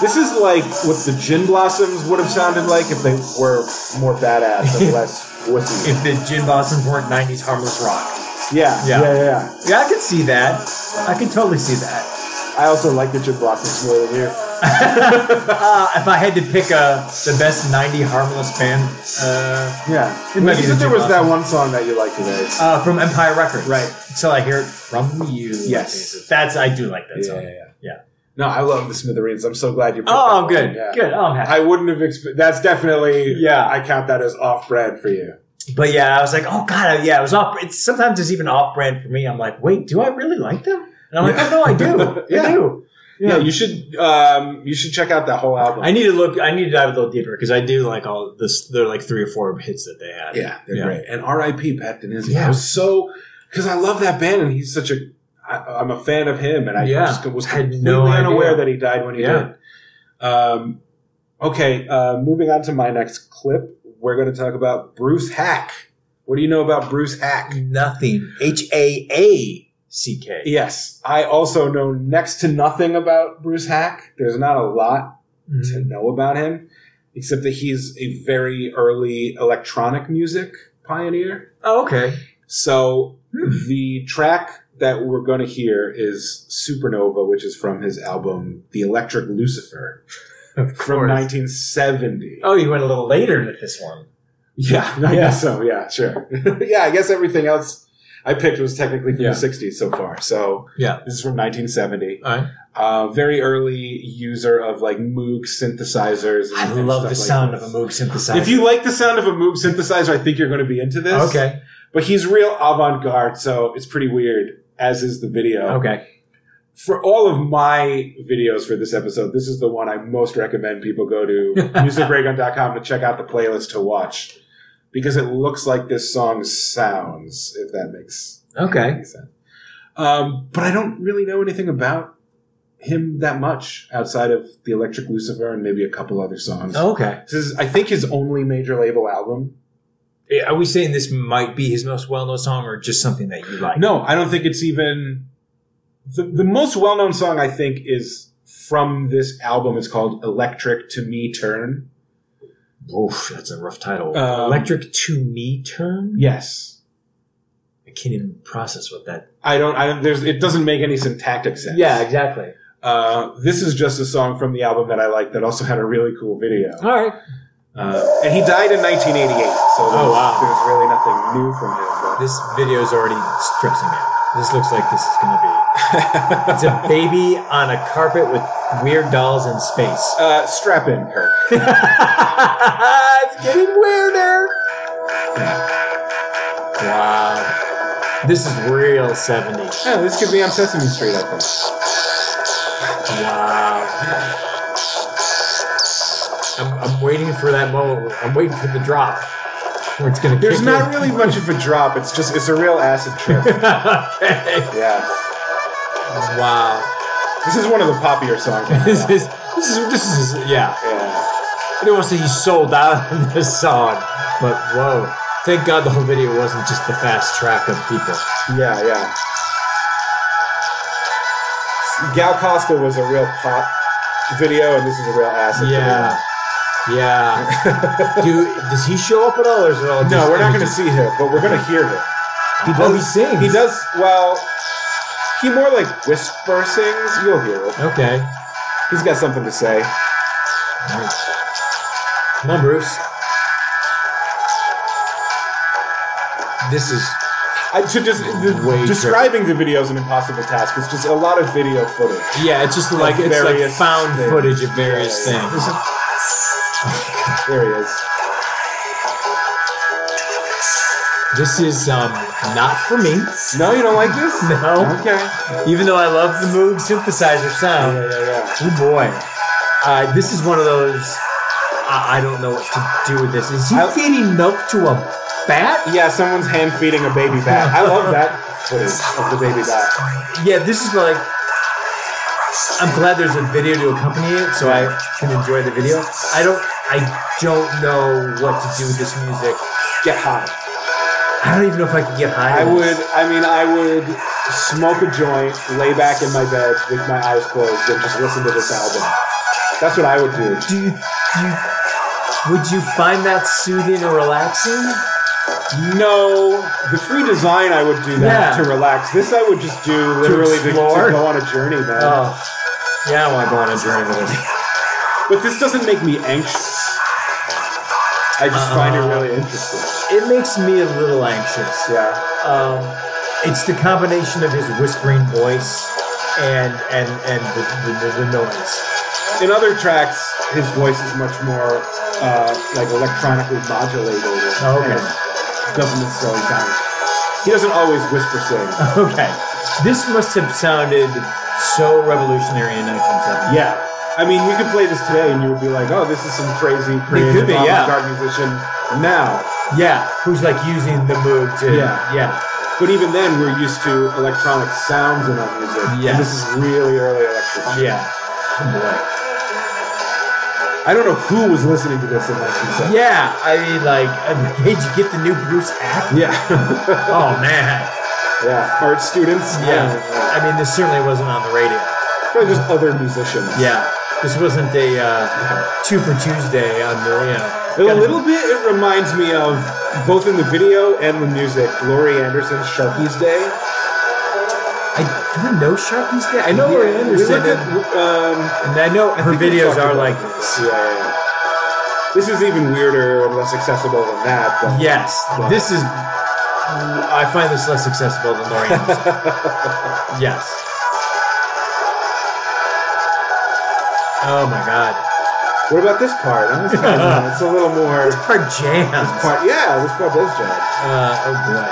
Speaker 1: This is like what the Gin Blossoms would have sounded like if they were more badass and less wussy.
Speaker 2: If the Jim Boston's weren't 90s harmless rock.
Speaker 1: Yeah,
Speaker 2: Yeah.
Speaker 1: yeah, yeah, yeah.
Speaker 2: Yeah, I can see that. I can totally see that.
Speaker 1: I also like the Gin Blossoms more than you.
Speaker 2: uh, if I had to pick a, the best 90 harmless band uh,
Speaker 1: Yeah.
Speaker 2: It might be
Speaker 1: you
Speaker 2: the
Speaker 1: said there
Speaker 2: Gin
Speaker 1: was that one song that you liked today.
Speaker 2: uh, from Empire Records. Right. Until I hear it from you.
Speaker 1: Yes.
Speaker 2: That's, I do like that song. Yeah.
Speaker 1: No, I love the Smithereens. I'm so glad you. picked
Speaker 2: Oh,
Speaker 1: that
Speaker 2: good.
Speaker 1: one. Yeah.
Speaker 2: Good. Oh, I'm happy.
Speaker 1: I wouldn't have. Expe- that's definitely.
Speaker 2: Yeah.
Speaker 1: I count that as off-brand for you.
Speaker 2: But yeah, I was like, oh god, I- yeah, it was off. It's sometimes it's even off brand for me. I'm like, wait, do I really like them? And I'm like,
Speaker 1: Yeah.
Speaker 2: oh no, I do, I
Speaker 1: Yeah.
Speaker 2: do.
Speaker 1: Yeah, you should. Um, you should check out that whole album.
Speaker 2: I need to look. I need to dive a little deeper because I do like all this. There are like three or four hits that they had.
Speaker 1: yeah, they're
Speaker 2: Yeah.
Speaker 1: great. And R.I.P. Pat Denizli.
Speaker 2: Yeah.
Speaker 1: I was so because I love that band, and he's such a. I, I'm a fan of him, and I
Speaker 2: Yeah.
Speaker 1: just was
Speaker 2: Had
Speaker 1: completely
Speaker 2: no idea.
Speaker 1: unaware that he died when he
Speaker 2: Yeah.
Speaker 1: did. Um, okay, uh, moving on to my next clip, we're going to talk about Bruce Hack. What do you know about Bruce Hack?
Speaker 2: nothing. H A A C K.
Speaker 1: Yes, I also know next to nothing about Bruce Hack. There's not a lot to
Speaker 2: Mm-hmm.
Speaker 1: know about him, except that he's a very early electronic music pioneer.
Speaker 2: Oh, okay.
Speaker 1: So
Speaker 2: Hmm.
Speaker 1: the track that we're going to hear is Supernova, which is from his album The Electric Lucifer
Speaker 2: Of
Speaker 1: from 1970.
Speaker 2: Oh, you went a little later with this one.
Speaker 1: Yeah, I guess so. Yeah, sure. yeah, I guess everything else I picked was technically from
Speaker 2: Yeah.
Speaker 1: the 60s so far. So
Speaker 2: Yeah.
Speaker 1: this is from 1970.
Speaker 2: All right.
Speaker 1: uh, very early user of like Moog synthesizers. and-
Speaker 2: I
Speaker 1: and
Speaker 2: love the
Speaker 1: stuff like
Speaker 2: sound
Speaker 1: this.
Speaker 2: of a Moog synthesizer.
Speaker 1: If you like the sound of a Moog synthesizer, I think you're going to be into this.
Speaker 2: okay,
Speaker 1: but he's real avant-garde, so it's pretty weird. As is the video.
Speaker 2: okay,
Speaker 1: For all of my videos for this episode, this is the one I most recommend people go to musicraygun.com to check out the playlist to watch because it looks like this song sounds. If that makes
Speaker 2: okay.
Speaker 1: Makes sense. Um, but I don't really know anything about him that much outside of the Electric Lucifer and maybe a couple other songs.
Speaker 2: Okay.
Speaker 1: This is, I think, his only major label album.
Speaker 2: Are we saying this might be his most well-known song, or just something that you like?
Speaker 1: No, I don't think it's even the, the most well known song. I think is from this album. It's called "Electric to Me Turn."
Speaker 2: Oof, that's a rough title.
Speaker 1: Um,
Speaker 2: Electric to me turn.
Speaker 1: Yes,
Speaker 2: I can't even process what that.
Speaker 1: I don't. I don't. There's. It doesn't make any syntactic sense.
Speaker 2: exactly.
Speaker 1: Uh, this is just a song from the album that I like that also had a really cool video.
Speaker 2: All right.
Speaker 1: Uh, and he died in 1988, so there's,
Speaker 2: Oh, wow.
Speaker 1: there's really nothing new from him. but-
Speaker 2: This video is already stressing me. out. This looks like this is going to be. It's a baby on a carpet with weird dolls in space.
Speaker 1: uh, strap in, Kirk.
Speaker 2: it's getting weirder. Wow. This is real 70s.
Speaker 1: Yeah, this could be on Sesame Street, I think.
Speaker 2: Wow. I'm, I'm waiting for that moment. I'm waiting for the drop where it's gonna.
Speaker 1: There's
Speaker 2: kick
Speaker 1: not
Speaker 2: in.
Speaker 1: really much of a drop. It's just it's a real acid trip.
Speaker 2: okay.
Speaker 1: yeah,
Speaker 2: Wow.
Speaker 1: this is one of the poppier songs. on the
Speaker 2: This
Speaker 1: album.
Speaker 2: is this is this is yeah.
Speaker 1: yeah.
Speaker 2: I don't want to say he sold out on this song, but whoa! Thank God the whole video wasn't just the fast track of people.
Speaker 1: yeah, yeah. Gal Costa was a real pop video, and this is a real acid.
Speaker 2: Yeah. Yeah. Do does he show up at all, or is it all?
Speaker 1: video.
Speaker 2: Just
Speaker 1: no, we're not going to
Speaker 2: images?
Speaker 1: see him, but we're going to hear him.
Speaker 2: He does. he sings.
Speaker 1: He does well. He more like whisper sings. You'll hear it.
Speaker 2: Okay.
Speaker 1: He's got something to say.
Speaker 2: Nice. Come on, Bruce. This is
Speaker 1: I, to just the,
Speaker 2: Way
Speaker 1: describing the video is an impossible task. It's just a lot of video footage.
Speaker 2: yeah. It's just like it's like
Speaker 1: various
Speaker 2: found
Speaker 1: things.
Speaker 2: footage of various
Speaker 1: Yeah, yeah, yeah.
Speaker 2: things.
Speaker 1: There he is.
Speaker 2: This is um not for me.
Speaker 1: No, you don't like this?
Speaker 2: No.
Speaker 1: Okay.
Speaker 2: Even though I love the Moog synthesizer
Speaker 1: Yeah,
Speaker 2: sound.
Speaker 1: yeah, yeah.
Speaker 2: Oh boy. Uh, this is one of those. I, I don't know what to do with this. Is he
Speaker 1: I-
Speaker 2: feeding milk to a bat?
Speaker 1: Yeah, someone's hand feeding a baby bat. I love that footage of the baby bat.
Speaker 2: Yeah, this is like. I'm glad there's a video to accompany it, so I can enjoy the video. I don't, I don't know what to do with this music.
Speaker 1: Get high.
Speaker 2: I don't even know if I could get high.
Speaker 1: I
Speaker 2: with
Speaker 1: would.
Speaker 2: this.
Speaker 1: I mean, I would smoke a joint, lay back in my bed with my eyes closed, and just listen to this album. That's what I would do.
Speaker 2: Do you, do you, would you find that soothing or relaxing?
Speaker 1: No, the free design I would do that
Speaker 2: Yeah.
Speaker 1: to relax. This I would just do literally to, to
Speaker 2: explore?
Speaker 1: go on a journey, man.
Speaker 2: Oh, yeah, I want to go on a journey with this.
Speaker 1: But this doesn't make me anxious. I just find it
Speaker 2: Uh-uh.
Speaker 1: really interesting.
Speaker 2: It makes me a little anxious.
Speaker 1: Yeah.
Speaker 2: Um, it's the combination of his whispering voice and and and the, the, the, the noise.
Speaker 1: In other tracks, his voice is much more uh, like electronically modulated.
Speaker 2: Oh, okay.
Speaker 1: and Doesn't necessarily sound. He doesn't always whisper sing.
Speaker 2: Uh-huh. Okay, this must have sounded so revolutionary in 1970.
Speaker 1: Yeah. I mean, you could play this today and you would be like, oh, this is some crazy, creative,
Speaker 2: could be, yeah.
Speaker 1: avant-garde musician now.
Speaker 2: Yeah, who's like using the mood to
Speaker 1: Yeah.
Speaker 2: yeah.
Speaker 1: But even then, we're used to electronic sounds in our music. and
Speaker 2: Yes.
Speaker 1: this is really early electronic.
Speaker 2: yeah. Oh
Speaker 1: I don't know who was listening to this in
Speaker 2: boy.
Speaker 1: 1970.
Speaker 2: Yeah, I mean, like, I mean, did you get the new Bruce app?
Speaker 1: Yeah.
Speaker 2: Oh man,
Speaker 1: yeah. Art students. I
Speaker 2: yeah.
Speaker 1: don't know.
Speaker 2: I mean, this certainly wasn't on the radio.
Speaker 1: Probably just other musicians.
Speaker 2: Yeah, this wasn't a uh, two for Tuesday on the you
Speaker 1: A
Speaker 2: know.
Speaker 1: little bit, it reminds me of, both in the video and the music, Laurie Anderson's Sharky's Day.
Speaker 2: I don't know Sharky's Day. I know yeah, Laurie
Speaker 1: We
Speaker 2: Anderson,
Speaker 1: looked
Speaker 2: and,
Speaker 1: at, um,
Speaker 2: and I know her
Speaker 1: I think we
Speaker 2: videos
Speaker 1: talked
Speaker 2: are
Speaker 1: about
Speaker 2: like
Speaker 1: this. Yeah, yeah, yeah. This is even weirder and less accessible than that. But
Speaker 2: Yes,
Speaker 1: Yeah.
Speaker 2: this is. I find this less accessible than Laurie Anderson. yes. Oh my god.
Speaker 1: What about this part? I'm just thinking, uh, it's a little more.
Speaker 2: This part jams.
Speaker 1: This part, yeah, this part does jam.
Speaker 2: Uh,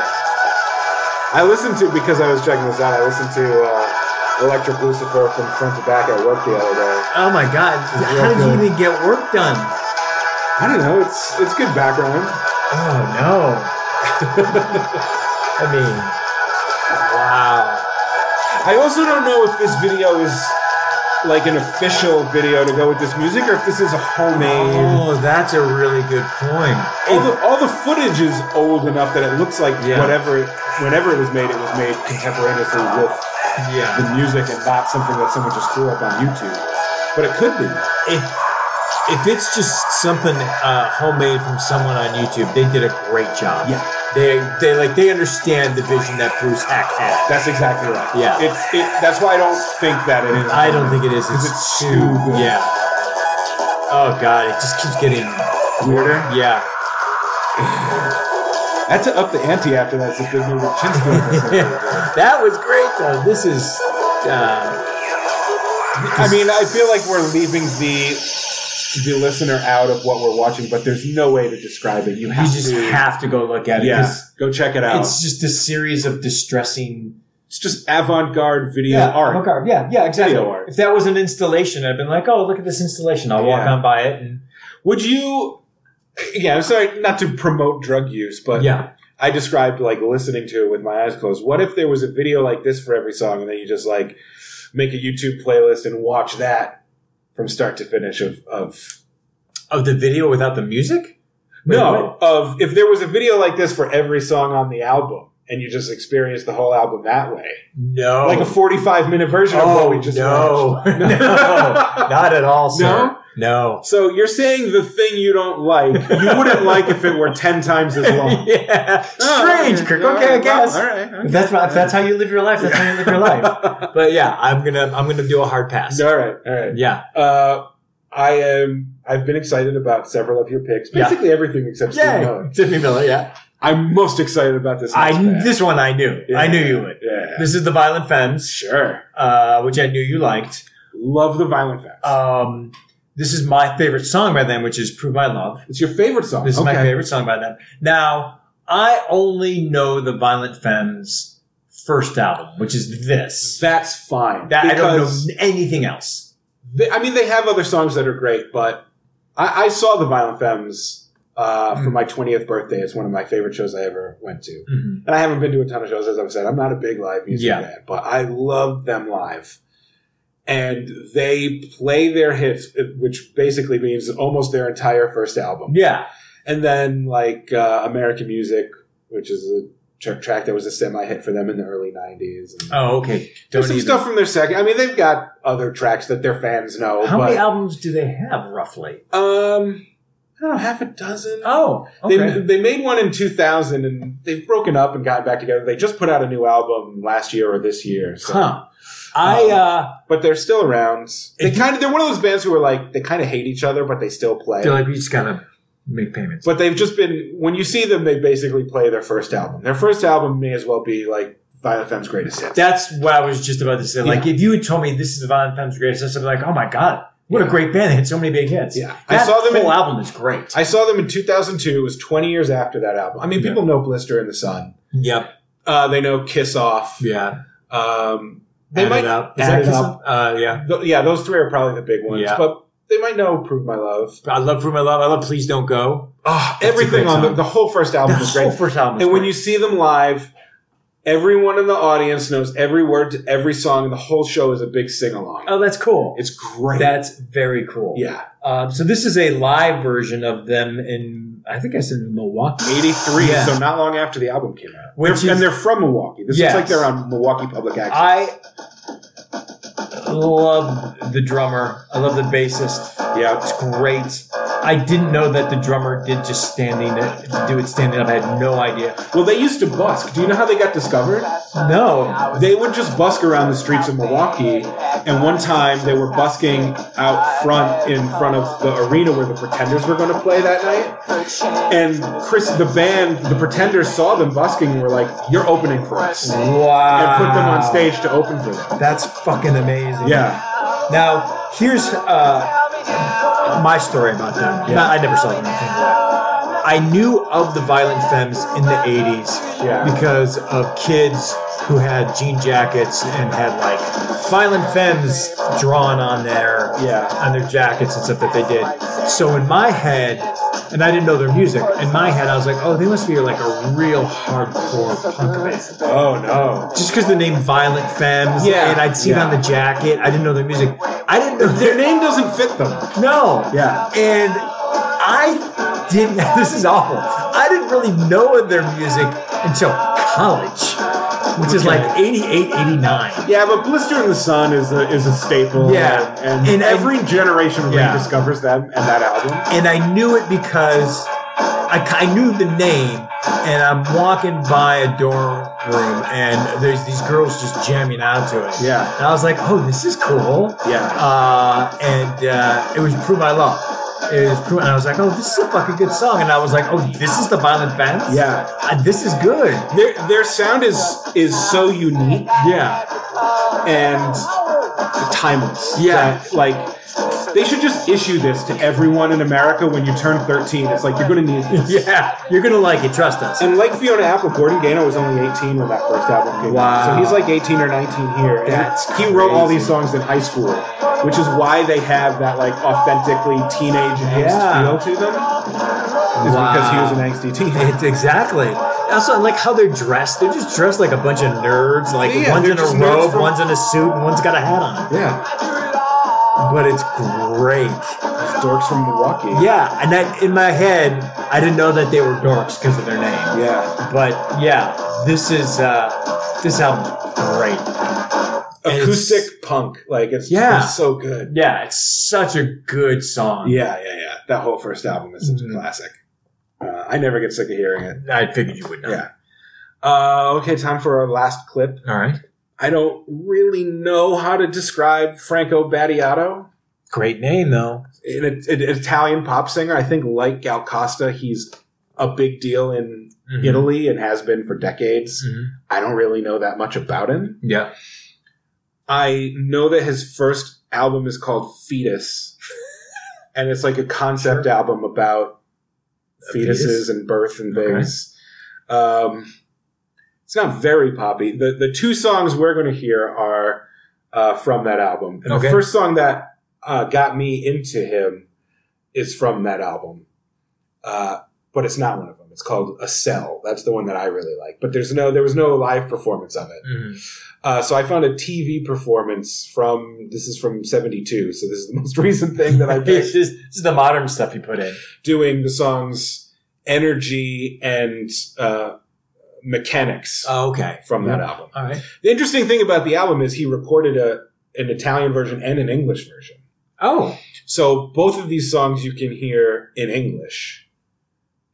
Speaker 1: I listened to because I was checking this out. I listened to uh, Electric Lucifer from front to back at work the other day.
Speaker 2: oh boy. Oh my god.
Speaker 1: This is real
Speaker 2: How did you
Speaker 1: good.
Speaker 2: even get work done?
Speaker 1: I don't know. It's it's good background.
Speaker 2: Oh no. I mean, wow.
Speaker 1: I also don't know if this video is like an official video to go with this music or if this is a homemade.
Speaker 2: Oh, that's a really good point.
Speaker 1: All the, all the footage is old enough that it looks like
Speaker 2: Yeah.
Speaker 1: whatever, it, whenever it was made, it was made contemporaneously with
Speaker 2: yeah.
Speaker 1: the music and not something that someone just threw up on YouTube. But it could be.
Speaker 2: if if it's just something uh, homemade from someone on YouTube, they did a great job.
Speaker 1: Yeah.
Speaker 2: they they like they understand the vision that Bruce Hack had.
Speaker 1: That's exactly right.
Speaker 2: Yeah.
Speaker 1: It's it, that's why I don't think that it is.
Speaker 2: I don't think it is.
Speaker 1: Because
Speaker 2: It's,
Speaker 1: it's
Speaker 2: too
Speaker 1: too good.
Speaker 2: yeah. Oh god, it just keeps getting
Speaker 1: weirder.
Speaker 2: yeah.
Speaker 1: That's to up the ante after that's a big move. I
Speaker 2: that was great though. This is uh,
Speaker 1: mean, I feel like we're leaving the the listener out of what we're watching, but there's no way to describe it. You
Speaker 2: you
Speaker 1: have
Speaker 2: just
Speaker 1: to
Speaker 2: have to go look at it.
Speaker 1: yeah,
Speaker 2: 'cause
Speaker 1: go check it out.
Speaker 2: It's
Speaker 1: It's,
Speaker 2: just a series of distressing
Speaker 1: just avant-garde video art.
Speaker 2: avant-garde. Yeah, yeah, exactly.
Speaker 1: Video art.
Speaker 2: If that was an installation, I'd been like, oh, look at this installation. I'll walk
Speaker 1: Yeah.
Speaker 2: on by it and
Speaker 1: Would you? Yeah, I'm sorry not to promote drug use, but
Speaker 2: yeah.
Speaker 1: I described like listening to it with my eyes closed. What if there was a video like this for every song, and then you just like make a YouTube playlist and watch that from start to finish of of
Speaker 2: Of the video without the music? Wait,
Speaker 1: no of if there was a video like this for every song on the album, and you just experience the whole album that way,
Speaker 2: No.
Speaker 1: like a forty-five minute version of
Speaker 2: oh,
Speaker 1: what we just
Speaker 2: no.
Speaker 1: watched.
Speaker 2: no. Not at all, sir.
Speaker 1: No?
Speaker 2: No.
Speaker 1: So you're saying the thing you don't like, you wouldn't like if it were ten times as Oh, long.
Speaker 2: yeah. Strange, Kirk. Okay, I guess.
Speaker 1: All right.
Speaker 2: If that's my, if that's how you live your life. That's how you live your life. But yeah, I'm gonna I'm gonna do a hard pass.
Speaker 1: All right. All right.
Speaker 2: Yeah,
Speaker 1: Uh, I am. I've been excited about several of your picks.
Speaker 2: Yeah.
Speaker 1: Basically everything except Steve
Speaker 2: yeah.
Speaker 1: Miller.
Speaker 2: Tiffany Miller. Yeah,
Speaker 1: I'm most excited about this.
Speaker 2: I
Speaker 1: next band.
Speaker 2: this one I knew.
Speaker 1: Yeah.
Speaker 2: I knew you would.
Speaker 1: Yeah.
Speaker 2: This is the Violent Femmes,
Speaker 1: sure.
Speaker 2: uh, which I knew you liked.
Speaker 1: Love the violent facts.
Speaker 2: Um, this is my favorite song by them, which is "Prove My Love."
Speaker 1: it's your favorite song.
Speaker 2: This is my
Speaker 1: Okay.
Speaker 2: favorite song by them. Now, I only know the Violent Femmes first album, which is this.
Speaker 1: That's fine.
Speaker 2: That I don't
Speaker 1: Because
Speaker 2: know anything else.
Speaker 1: they- I mean, they have other songs that are great, but I, I saw the Violent Femmes uh, for
Speaker 2: Mm.
Speaker 1: my 20th birthday. It's one of my favorite shows I ever went to.
Speaker 2: Mhm.
Speaker 1: And I haven't been to a ton of shows, as I've said. I'm not a big live music
Speaker 2: Yeah.
Speaker 1: fan, but I love them live. And they play their hits, eh, which basically means almost their entire first album.
Speaker 2: Yeah.
Speaker 1: And then, like, uh, American Music, which is a tr- track that was a semi hit for them in the early 90s. And
Speaker 2: Oh, okay.
Speaker 1: there's some
Speaker 2: even-
Speaker 1: stuff from their second. I mean, they've got other tracks that their fans know.
Speaker 2: How
Speaker 1: but,
Speaker 2: many albums do they have roughly?
Speaker 1: Um, I don't know, half a dozen.
Speaker 2: Oh, okay.
Speaker 1: They, they made one in 2000 and they've broken up and gotten back together. They just put out a new album last year or this year. So.
Speaker 2: huh. I
Speaker 1: Um,
Speaker 2: uh,
Speaker 1: But they're still around. They
Speaker 2: It-
Speaker 1: kind of they're one of those bands who are like they kind of hate each other but they still play.
Speaker 2: feel like we just gotta make payments.
Speaker 1: but they've just been when you see them they basically play their first album. Their first album may as well be like Violent Femme's greatest hits.
Speaker 2: That's what I was just about to say. Like, if you had told me this is the Violent Femmes' greatest, hits, I'd be like, oh my god, what a
Speaker 1: Yeah.
Speaker 2: great band! They had so many big hits.
Speaker 1: yeah.
Speaker 2: That
Speaker 1: I saw them
Speaker 2: whole
Speaker 1: in
Speaker 2: album is great.
Speaker 1: I saw them in 2002. It was 20 years after that album. I mean,
Speaker 2: Yeah.
Speaker 1: people know Blister in the Sun.
Speaker 2: yep.
Speaker 1: Uh, they know Kiss Off.
Speaker 2: Yeah.
Speaker 1: Um, they might
Speaker 2: up.
Speaker 1: Is that
Speaker 2: Add it
Speaker 1: Kiss
Speaker 2: up. Uh, yeah.
Speaker 1: Th- yeah, those three are probably the big ones.
Speaker 2: Yeah.
Speaker 1: But they might know "Prove My Love."
Speaker 2: I love for my love. I love please don't go.
Speaker 1: Ah,
Speaker 2: That's a
Speaker 1: everything
Speaker 2: great
Speaker 1: on the,
Speaker 2: song.
Speaker 1: the whole first
Speaker 2: The
Speaker 1: album is
Speaker 2: whole
Speaker 1: great.
Speaker 2: first album. is
Speaker 1: And when
Speaker 2: great.
Speaker 1: you see them live, everyone in the audience knows every word to every song, and the whole show is a big sing along.
Speaker 2: oh, that's cool.
Speaker 1: It's great.
Speaker 2: That's very cool.
Speaker 1: yeah,
Speaker 2: Um, so this is a live version of them in I think I said Milwaukee.
Speaker 1: eighty three.
Speaker 2: Yeah.
Speaker 1: So not long after the album came out,
Speaker 2: Which
Speaker 1: They're-
Speaker 2: is-
Speaker 1: and they're from Milwaukee. This
Speaker 2: Yes.
Speaker 1: looks like they're on Milwaukee Public Access.
Speaker 2: I love the drummer. I love the bassist.
Speaker 1: yeah,
Speaker 2: It's great. I didn't know that the drummer did just standing do it standing up. I had no idea.
Speaker 1: well, they used to busk. Do you know how they got discovered?
Speaker 2: No.
Speaker 1: They would just busk around the streets of Milwaukee, and one time they were busking out front in front of the arena where the Pretenders were going to play that night. And Chris, the band, the Pretenders saw them busking and were like, "You're opening for us," and
Speaker 2: Wow.
Speaker 1: put them on stage to open for them.
Speaker 2: That's fucking amazing.
Speaker 1: Yeah,
Speaker 2: Now here's uh, my story about them.
Speaker 1: Yeah.
Speaker 2: Not- I never saw them. I think. I knew of the Violent Femmes in the '80s
Speaker 1: yeah,
Speaker 2: because of kids who had jean jackets and had like violent femmes drawn on their
Speaker 1: yeah.
Speaker 2: on their jackets and stuff that they did. So in my head, and I didn't know their music. In my head, I was like, oh, they must be like a real hardcore punk band.
Speaker 1: Oh no.
Speaker 2: Just because the name Violent Femmes,
Speaker 1: Yeah.
Speaker 2: and I'd seen it on the jacket. I didn't know their music. I didn't know
Speaker 1: Their name doesn't fit them.
Speaker 2: No.
Speaker 1: Yeah.
Speaker 2: And I didn't, this is awful. I didn't really know of their music until college, which is like 88, 89.
Speaker 1: Yeah, but Blister in the Sun is a, is a staple.
Speaker 2: Yeah.
Speaker 1: and,
Speaker 2: And-
Speaker 1: and every generation
Speaker 2: Yeah.
Speaker 1: rediscovers them and that album.
Speaker 2: And I knew it because I, ki- I knew the name. And I'm walking by a dorm room, and there's these girls just jamming out to it.
Speaker 1: Yeah,
Speaker 2: And I was like, oh, this is cool.
Speaker 1: yeah,
Speaker 2: uh, and uh, it was Prove My Love. It was Prove, and I was like, oh, this is a fucking good song. And I was like, oh, this is the Violent Femmes.
Speaker 1: yeah.
Speaker 2: Uh, this is good.
Speaker 1: Their their sound is is so unique
Speaker 2: Yeah,
Speaker 1: and timeless.
Speaker 2: Yeah.
Speaker 1: that, like they should just issue this to everyone in America when you turn thirteen. It's like you're going to need this.
Speaker 2: yeah. You're gonna like it. Trust us.
Speaker 1: And like Fiona Apple, Gordon Gano was only 18 when that first album came out.
Speaker 2: Wow.
Speaker 1: So he's like 18 or 19 here. And
Speaker 2: That's
Speaker 1: he wrote all
Speaker 2: crazy.
Speaker 1: these songs in high school, which is why they have that like authentically teenage angst
Speaker 2: Yeah.
Speaker 1: feel to them. Is because he was an angsty teenager.
Speaker 2: It's exactly. Also, I like how they're dressed. They're just dressed like a bunch of nerds. Like
Speaker 1: Yeah,
Speaker 2: one's
Speaker 1: they're
Speaker 2: in a
Speaker 1: just nerds
Speaker 2: robe,
Speaker 1: from-
Speaker 2: one's in a suit, and one's got a hat on.
Speaker 1: Yeah,
Speaker 2: But it's great.
Speaker 1: these dorks from Milwaukee.
Speaker 2: Yeah, and I, in my head, I didn't know that they were dorks because of their name.
Speaker 1: yeah.
Speaker 2: But yeah, this is uh, this album's great. And
Speaker 1: acoustic
Speaker 2: it's-
Speaker 1: punk. Like it's,
Speaker 2: Yeah.
Speaker 1: it's so good.
Speaker 2: Yeah, it's such a good song.
Speaker 1: Yeah, yeah, yeah. That whole first album is such
Speaker 2: Mhm.
Speaker 1: a classic. Uh, I never get sick of hearing it.
Speaker 2: I figured you would know.
Speaker 1: Yeah. Uh, okay, time for our last clip.
Speaker 2: All right.
Speaker 1: I don't really know how to describe Franco Battiato.
Speaker 2: Great name though.
Speaker 1: An, an Italian pop singer, I think, like Gal Costa, he's a big deal in
Speaker 2: Mhm.
Speaker 1: Italy and has been for decades.
Speaker 2: Mhm.
Speaker 1: I don't really know that much about him.
Speaker 2: Yeah.
Speaker 1: I know that his first album is called Fetus, and it's like a concept
Speaker 2: Sure.
Speaker 1: album about
Speaker 2: A
Speaker 1: fetuses
Speaker 2: fetus?
Speaker 1: and birth and
Speaker 2: Okay.
Speaker 1: things. Um, it's not very poppy. The the two songs we're going to hear are uh, from that album, and
Speaker 2: Okay.
Speaker 1: the first song that uh, got me into him is from that album. Uh, but it's not one of them. It's called A Cell. That's the one that I really like. But there's no, there was no live performance of it.
Speaker 2: Mhm.
Speaker 1: Uh, so I found a TV performance from this is from '72. So this is the most recent thing that I
Speaker 2: This
Speaker 1: picked
Speaker 2: is, this is the modern stuff you put in.
Speaker 1: doing the songs "Energy" and uh, "Mechanics"
Speaker 2: Oh, okay.
Speaker 1: from that album.
Speaker 2: All right.
Speaker 1: The interesting thing about the album is he recorded a an Italian version and an English version.
Speaker 2: Oh,
Speaker 1: So both of these songs you can hear in English,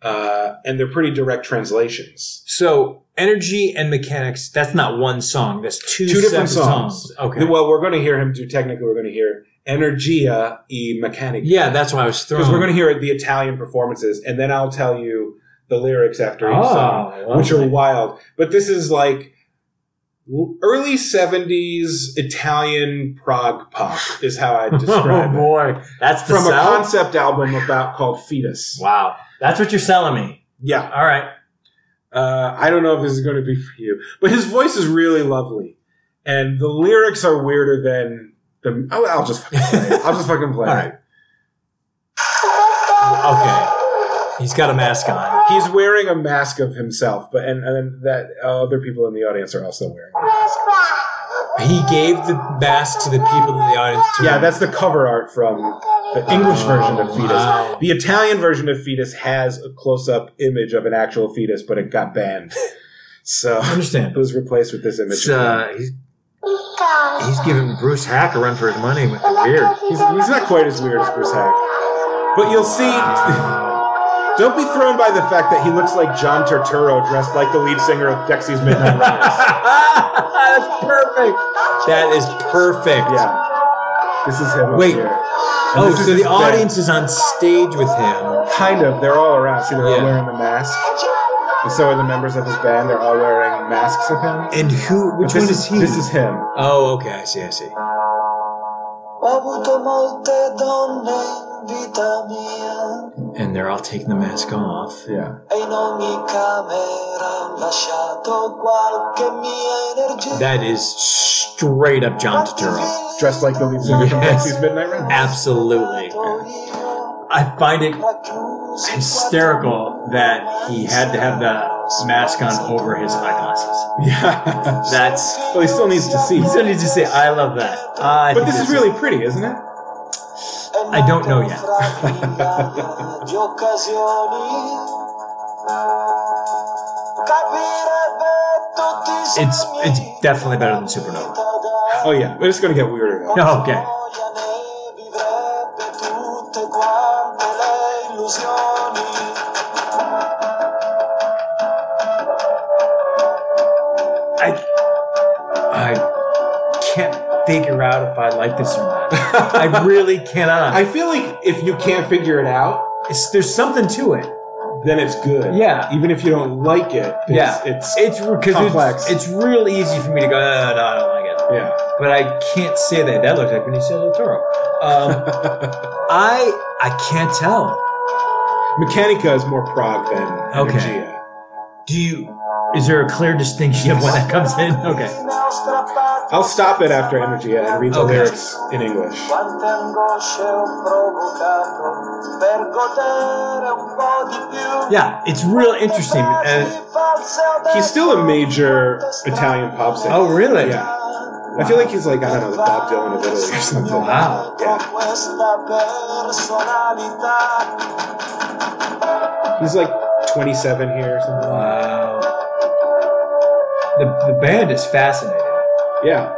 Speaker 1: uh, and they're pretty direct translations.
Speaker 2: so energy and mechanics. That's not one song. That's two,
Speaker 1: Two different
Speaker 2: separate
Speaker 1: songs.
Speaker 2: Okay.
Speaker 1: Well, we're going to hear him do. Technically, we're going to hear "Energia e Meccanica."
Speaker 2: yeah, that's why I was thrown.
Speaker 1: because we're going to hear the Italian performances, and then I'll tell you the lyrics after each song,
Speaker 2: Oh,
Speaker 1: which are
Speaker 2: lovely.
Speaker 1: wild. But this is like w- early '70s Italian prog pop, is how I
Speaker 2: oh
Speaker 1: describe it.
Speaker 2: boy, that's the
Speaker 1: From a
Speaker 2: sell?
Speaker 1: concept album about called Fetus.
Speaker 2: Wow, that's what you're selling me.
Speaker 1: Yeah,
Speaker 2: All right.
Speaker 1: uh, I don't know if this is going to be for you, but his voice is really lovely, and the lyrics are weirder than the. Oh, I'll just fucking play it. I'll just fucking play
Speaker 2: All
Speaker 1: it.
Speaker 2: right. Okay. He's got a mask on.
Speaker 1: He's wearing a mask of himself, but and, and that uh, other people in the audience are also wearing. it.
Speaker 2: He gave the mask to the people in the audience. To
Speaker 1: Yeah, that's the cover art from the English version of Fetus.
Speaker 2: Oh, Wow.
Speaker 1: The Italian version of Fetus has a close-up image of an actual fetus, but it got banned, so it
Speaker 2: understand.
Speaker 1: was replaced with this image.
Speaker 2: It's, uh, he's, he's giving Bruce Hack a run for his money with the beard.
Speaker 1: he's, he's not quite as weird as Bruce Hack, but you'll see. Don't be thrown by the fact that he looks like John Turturro dressed like the lead singer of Dexy's Midnight Runners.
Speaker 2: that's perfect. That is perfect.
Speaker 1: Yeah, this is him. up
Speaker 2: Wait.
Speaker 1: here. And
Speaker 2: Oh,
Speaker 1: this is
Speaker 2: so
Speaker 1: his
Speaker 2: the
Speaker 1: band.
Speaker 2: audience is on stage with him.
Speaker 1: Kind of. They're all around. See, they're all
Speaker 2: Yeah.
Speaker 1: wearing the mask. And so are the members of his band. They're all wearing masks of him.
Speaker 2: And who?
Speaker 1: But
Speaker 2: Which
Speaker 1: this
Speaker 2: one is he?
Speaker 1: This is him.
Speaker 2: Oh, okay. I see. I see.
Speaker 6: Ho avuto molte donne in vita mia
Speaker 2: And they're all taking the mask off.
Speaker 1: Yeah.
Speaker 6: e in ogni camera ho lasciato qualche mia energia.
Speaker 2: That is straight up John Turturro.
Speaker 1: Dressed like the lead singer from
Speaker 2: Yes.
Speaker 1: Dexy's Midnight Runners.
Speaker 2: Absolutely. I find it hysterical that he had to have the mask on over his eyeglasses.
Speaker 1: Yeah.
Speaker 2: That's.
Speaker 1: well, he still needs to see.
Speaker 2: He still needs to say, I love that. I
Speaker 1: But
Speaker 2: think
Speaker 1: this is
Speaker 2: that's-
Speaker 1: really pretty, isn't it?
Speaker 6: I
Speaker 2: don't know yet.
Speaker 6: di occasioni capirebbe tutti i
Speaker 2: It's,
Speaker 6: sogni
Speaker 2: it's definitely better than Supernova.
Speaker 6: da-
Speaker 1: Oh yeah. But it's gonna get weirder though.
Speaker 2: No, okay.
Speaker 6: Noia ne vivrebbe tutte quante le illusioni.
Speaker 2: I, I can't figure out if I like this or not. I really cannot.
Speaker 1: I feel like if you can't figure it out,
Speaker 2: it's, there's something to it.
Speaker 1: then it's good.
Speaker 2: Yeah.
Speaker 1: Even if you don't like it, it's,
Speaker 2: Yeah.
Speaker 1: it's
Speaker 2: It's because
Speaker 1: Complex.
Speaker 2: it's, it's real easy for me to go, "Uh, no, no, no, I don't like it.
Speaker 1: yeah.
Speaker 2: but I can't say that. That looks like Benicio del Toro. Um, I I can't tell.
Speaker 1: Mechanica is more prog than
Speaker 2: Okay.
Speaker 1: Energia.
Speaker 2: Do you? Is there a clear distinction of when that comes in? Okay.
Speaker 6: Ne ho strappate
Speaker 1: I'll stop it after Energia and read the
Speaker 2: Okay.
Speaker 1: lyrics in English.
Speaker 6: Quante angosce ho provocato per godere un po' di più.
Speaker 2: Yeah, it's real interesting. Uh,
Speaker 1: He's still a major Italian pop singer.
Speaker 2: oh, really?
Speaker 1: Yeah. I feel like he's like, I don't know, the Bob Dylan of Italy or something.
Speaker 2: Wow.
Speaker 1: Yeah.
Speaker 6: Questa personalità
Speaker 1: He's like 27 here or something.
Speaker 2: Wow. The the band is fascinating.
Speaker 1: Yeah.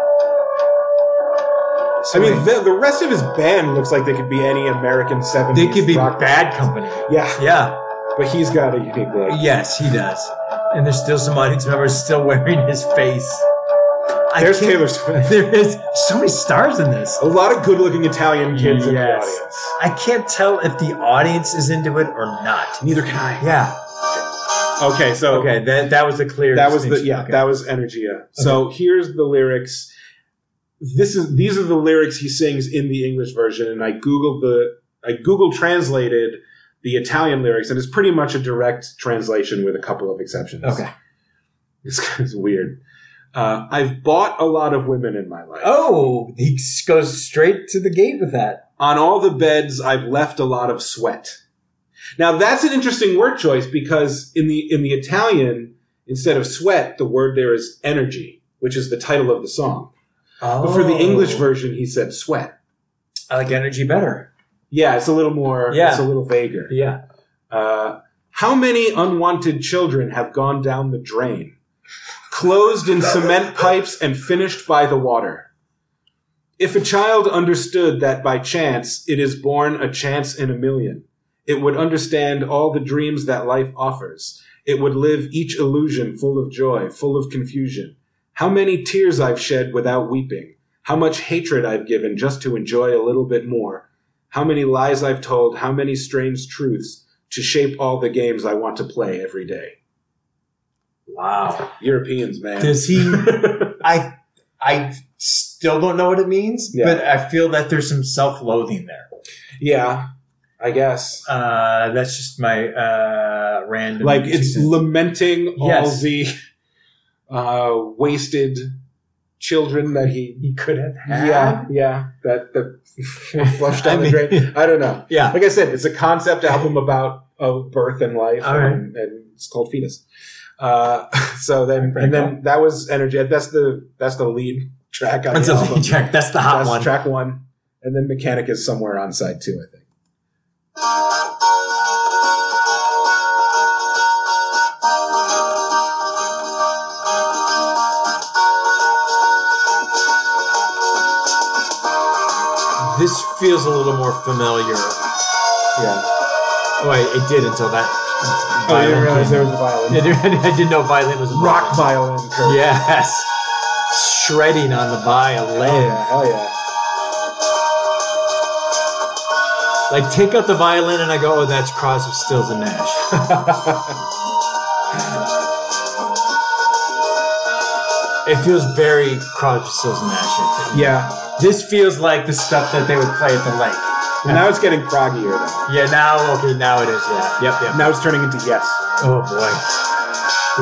Speaker 1: I mean, the, the rest of his band looks like they could be any American 70s.
Speaker 2: they could be
Speaker 1: rock-
Speaker 2: bad company.
Speaker 1: Yeah,
Speaker 2: Yeah.
Speaker 1: but he's got a unique look.
Speaker 2: Yes, he does. And there's still some audience members still wearing his face. I
Speaker 1: There's
Speaker 2: can't-
Speaker 1: Taylor Swift.
Speaker 2: There is so many stars in this.
Speaker 1: A lot of good looking Italian kids in the
Speaker 2: Yes.
Speaker 1: audience.
Speaker 2: I can't tell if the audience is into it or not.
Speaker 1: Neither can I.
Speaker 2: Yeah.
Speaker 1: Okay, so
Speaker 2: Okay. That that was a clear.
Speaker 1: that was the
Speaker 2: distinction.
Speaker 1: yeah
Speaker 2: Okay.
Speaker 1: that was energia so here's the lyrics this is these are the lyrics he sings in the english version and i googled the i google translated the italian lyrics and it's pretty much a direct translation with a couple of exceptions
Speaker 2: okay.
Speaker 1: this guy's weird uh, i've bought a lot of women in my life
Speaker 2: Oh, he s- goes straight to the gate with that.
Speaker 1: on all the beds i've left a lot of sweat Now that's an interesting word choice because in the in the Italian, instead of sweat, the word there is energy, which is the title of the song.
Speaker 7: Oh.
Speaker 1: But for the English version, he said sweat.
Speaker 7: I like energy better.
Speaker 1: Yeah, it's a little more.
Speaker 7: Yeah.
Speaker 1: it's a little vaguer.
Speaker 7: Yeah.
Speaker 1: Uh, how many unwanted children have gone down the drain, closed in cement pipes and finished by the water? If a child understood that by chance it is born a chance in a million, it would understand all the dreams that life offers. It would live each illusion full of joy, full of confusion. How many tears I've shed without weeping. How much hatred I've given just to enjoy a little bit more. How many lies I've told. How many strange truths to shape all the games I want to play every day.
Speaker 7: Wow.
Speaker 1: Europeans, man.
Speaker 7: Does he? I I still don't know what it means,
Speaker 1: Yeah.
Speaker 7: but I feel that there's some self-loathing there.
Speaker 1: yeah, I guess.
Speaker 7: Uh, that's just my uh, random.
Speaker 1: Like it's lamenting all
Speaker 7: Yes.
Speaker 1: the uh, wasted children that he.
Speaker 7: he could have had.
Speaker 1: Yeah, yeah, that that were flushed down
Speaker 7: I
Speaker 1: the
Speaker 7: mean-
Speaker 1: drain. I don't know.
Speaker 7: yeah.
Speaker 1: Like I said, it's a concept album about uh, birth and life,
Speaker 7: All right.
Speaker 1: and, and it's called Fetus. Uh, so then,
Speaker 7: Very
Speaker 1: and then that was energy. That's the that's the lead track on
Speaker 7: That's
Speaker 1: the
Speaker 7: a
Speaker 1: album.
Speaker 7: lead track. That's the hot
Speaker 1: That's
Speaker 7: one.
Speaker 1: track one. And then Mechanic is somewhere on side two, I think.
Speaker 2: This feels a little more familiar.
Speaker 1: Yeah.
Speaker 2: Oh, I, it did until that.
Speaker 1: I didn't
Speaker 2: violin
Speaker 1: Oh, realize
Speaker 2: came.
Speaker 1: there was a violin.
Speaker 2: I didn't- I didn't know violin was a
Speaker 1: Rock
Speaker 2: violin.
Speaker 1: violin. Kurt.
Speaker 2: Yes, shredding on the
Speaker 1: Hell
Speaker 2: violin.
Speaker 1: yeah. Hell yeah.
Speaker 2: Like take out the violin, and I go, "Oh, that's Crosby, Stills, and Nash." It feels very Crosby, Stills, and Nash.
Speaker 1: yeah.
Speaker 2: This feels like the stuff that they would play at the lake.
Speaker 1: And now it's getting proggier, though.
Speaker 2: Yeah, now okay, now it is. Yeah, yep, yep.
Speaker 1: Now it's turning into yes.
Speaker 2: Oh boy,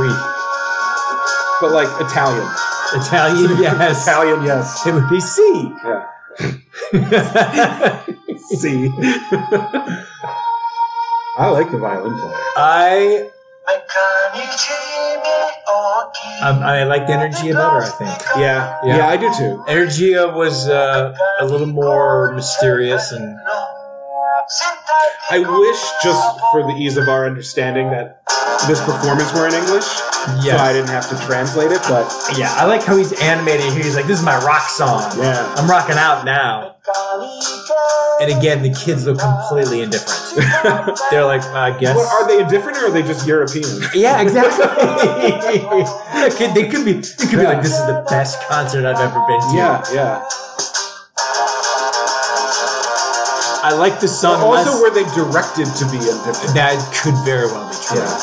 Speaker 2: we
Speaker 1: But like Italian.
Speaker 2: Italian. Yes,
Speaker 1: Italian yes.
Speaker 2: it would be C.
Speaker 1: Yeah.
Speaker 2: C.
Speaker 1: I like the violin player.
Speaker 2: I um,
Speaker 8: I
Speaker 2: I like the energy better. I think.
Speaker 1: Yeah.
Speaker 2: Yeah.
Speaker 1: Yeah, I do too.
Speaker 2: Energia was uh, a little more mysterious and
Speaker 1: I wish, just for the ease of our understanding, that this performance were in English. So I
Speaker 2: yeah,
Speaker 1: didn't have to translate it, but
Speaker 2: yeah. I like how he's animated here. He's like, "This is my rock song.
Speaker 1: yeah.
Speaker 2: I'm rocking out now." And again, the kids look completely indifferent. They're like, "I guess."
Speaker 1: What, are they indifferent or are they just European?
Speaker 2: yeah, exactly. they, could, they could be. They could be
Speaker 1: Yeah.
Speaker 2: like, "This is the best concert I've ever been to."
Speaker 1: Yeah, yeah.
Speaker 2: I like the song.
Speaker 1: Also,
Speaker 2: less-
Speaker 1: were they directed to be indifferent?
Speaker 2: that could very well be true.
Speaker 1: Yeah.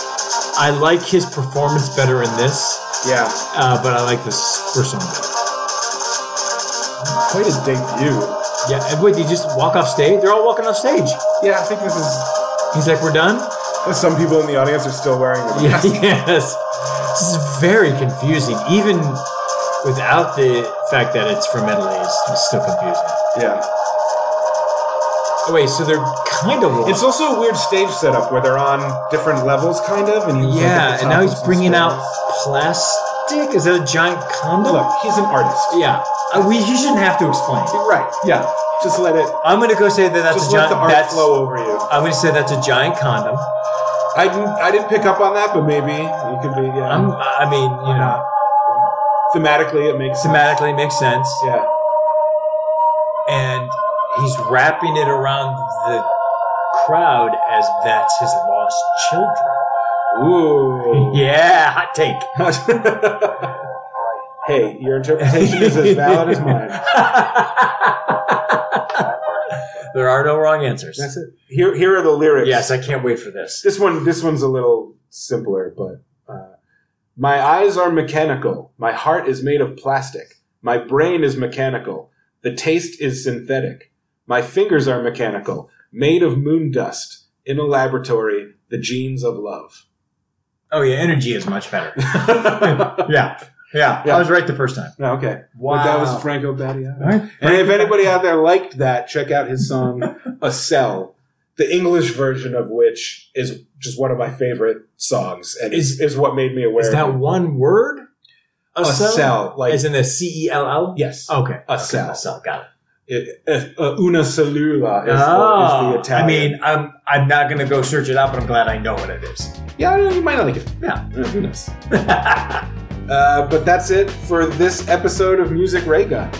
Speaker 2: I like his performance better in this,
Speaker 1: Yeah.
Speaker 2: uh, but I like this first song better.
Speaker 1: Quite a debut.
Speaker 2: Yeah, and wait, they just walk off stage? They're all walking off stage.
Speaker 1: Yeah, I think this is.
Speaker 2: He's like, we're done?
Speaker 1: Some people in the audience are still wearing the
Speaker 2: Yeah,
Speaker 1: mask.
Speaker 2: yes. This is very confusing. Even without the fact that it's from Italy, it's, it's still confusing.
Speaker 1: Yeah.
Speaker 2: Oh, wait, so they're kind of lost.
Speaker 1: It's also a weird stage setup where they're on different levels, kind of. And he was, like, at
Speaker 2: yeah,
Speaker 1: the
Speaker 2: and
Speaker 1: top
Speaker 2: now
Speaker 1: of
Speaker 2: he's
Speaker 1: some
Speaker 2: bringing
Speaker 1: stairs.
Speaker 2: out plastic? Is that a giant condom?
Speaker 1: Look, he's an artist.
Speaker 2: Yeah. Uh, we, you shouldn't have to explain.
Speaker 1: Right.
Speaker 2: Yeah.
Speaker 1: Just let it.
Speaker 2: I'm going to go say that that's
Speaker 1: just
Speaker 2: a
Speaker 1: let
Speaker 2: giant...
Speaker 1: the art
Speaker 2: that's,
Speaker 1: flow over you.
Speaker 2: I'm going to say that's a giant condom.
Speaker 1: I didn't. I didn't pick up on that, but maybe you could be. Yeah.
Speaker 2: I'm, I mean, you know,
Speaker 1: Thematically, it makes sense.
Speaker 2: thematically makes sense.
Speaker 1: Yeah.
Speaker 2: and he's wrapping it around the crowd as that's his lost children.
Speaker 1: Ooh.
Speaker 2: Yeah, hot take.
Speaker 1: hey, your interpretation is as valid as mine.
Speaker 2: there are no wrong answers.
Speaker 1: That's it. Here, here are the lyrics.
Speaker 2: Yes, I can't wait for this.
Speaker 1: this one, this one's a little simpler, but uh, my eyes are mechanical. My heart is made of plastic. My brain is mechanical. The taste is synthetic. My fingers are mechanical, made of moon dust. In a laboratory, the genes of love.
Speaker 2: Oh yeah, energy is much better.
Speaker 1: yeah,
Speaker 2: yeah. Yeah,
Speaker 1: Yeah.
Speaker 2: I was right the first time.
Speaker 1: okay. But that was Franco Battiato.
Speaker 2: All right.
Speaker 1: And if anybody out there liked that, check out his song "A Cell." the English version of which is just one of my favorite songs, and is is what made me aware
Speaker 2: Is
Speaker 1: of
Speaker 2: that
Speaker 1: it.
Speaker 2: one word?
Speaker 1: a, cell? Like
Speaker 2: As in a C E L L?
Speaker 1: yes,
Speaker 2: Okay.
Speaker 1: a
Speaker 2: Okay,
Speaker 1: cell.
Speaker 2: a cell. Got it.
Speaker 1: It- uh, una cellula is, the, is the
Speaker 2: Oh, I
Speaker 1: Italian.
Speaker 2: mean, I'm I'm not gonna go search it out, but I'm glad I know what it is.
Speaker 1: yeah, I don't know, you might not like it.
Speaker 2: Yeah.
Speaker 1: Eh, who knows? Uh, but that's it for this episode of Music Ray Gun.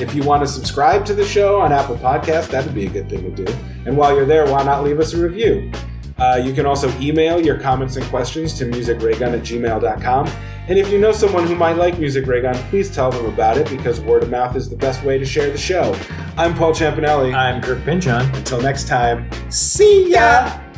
Speaker 1: If you want to subscribe to the show on Apple Podcasts, that would be a good thing to do. And while you're there, why not leave us a review? Uh, you can also email your comments and questions to musicraygun at gmail.com. And if you know someone who might like Music Raygun, please tell them about it because word of mouth is the best way to share the show. I'm Paul Champanelli.
Speaker 2: I'm Kirk Pinchon.
Speaker 1: Until next time, see ya!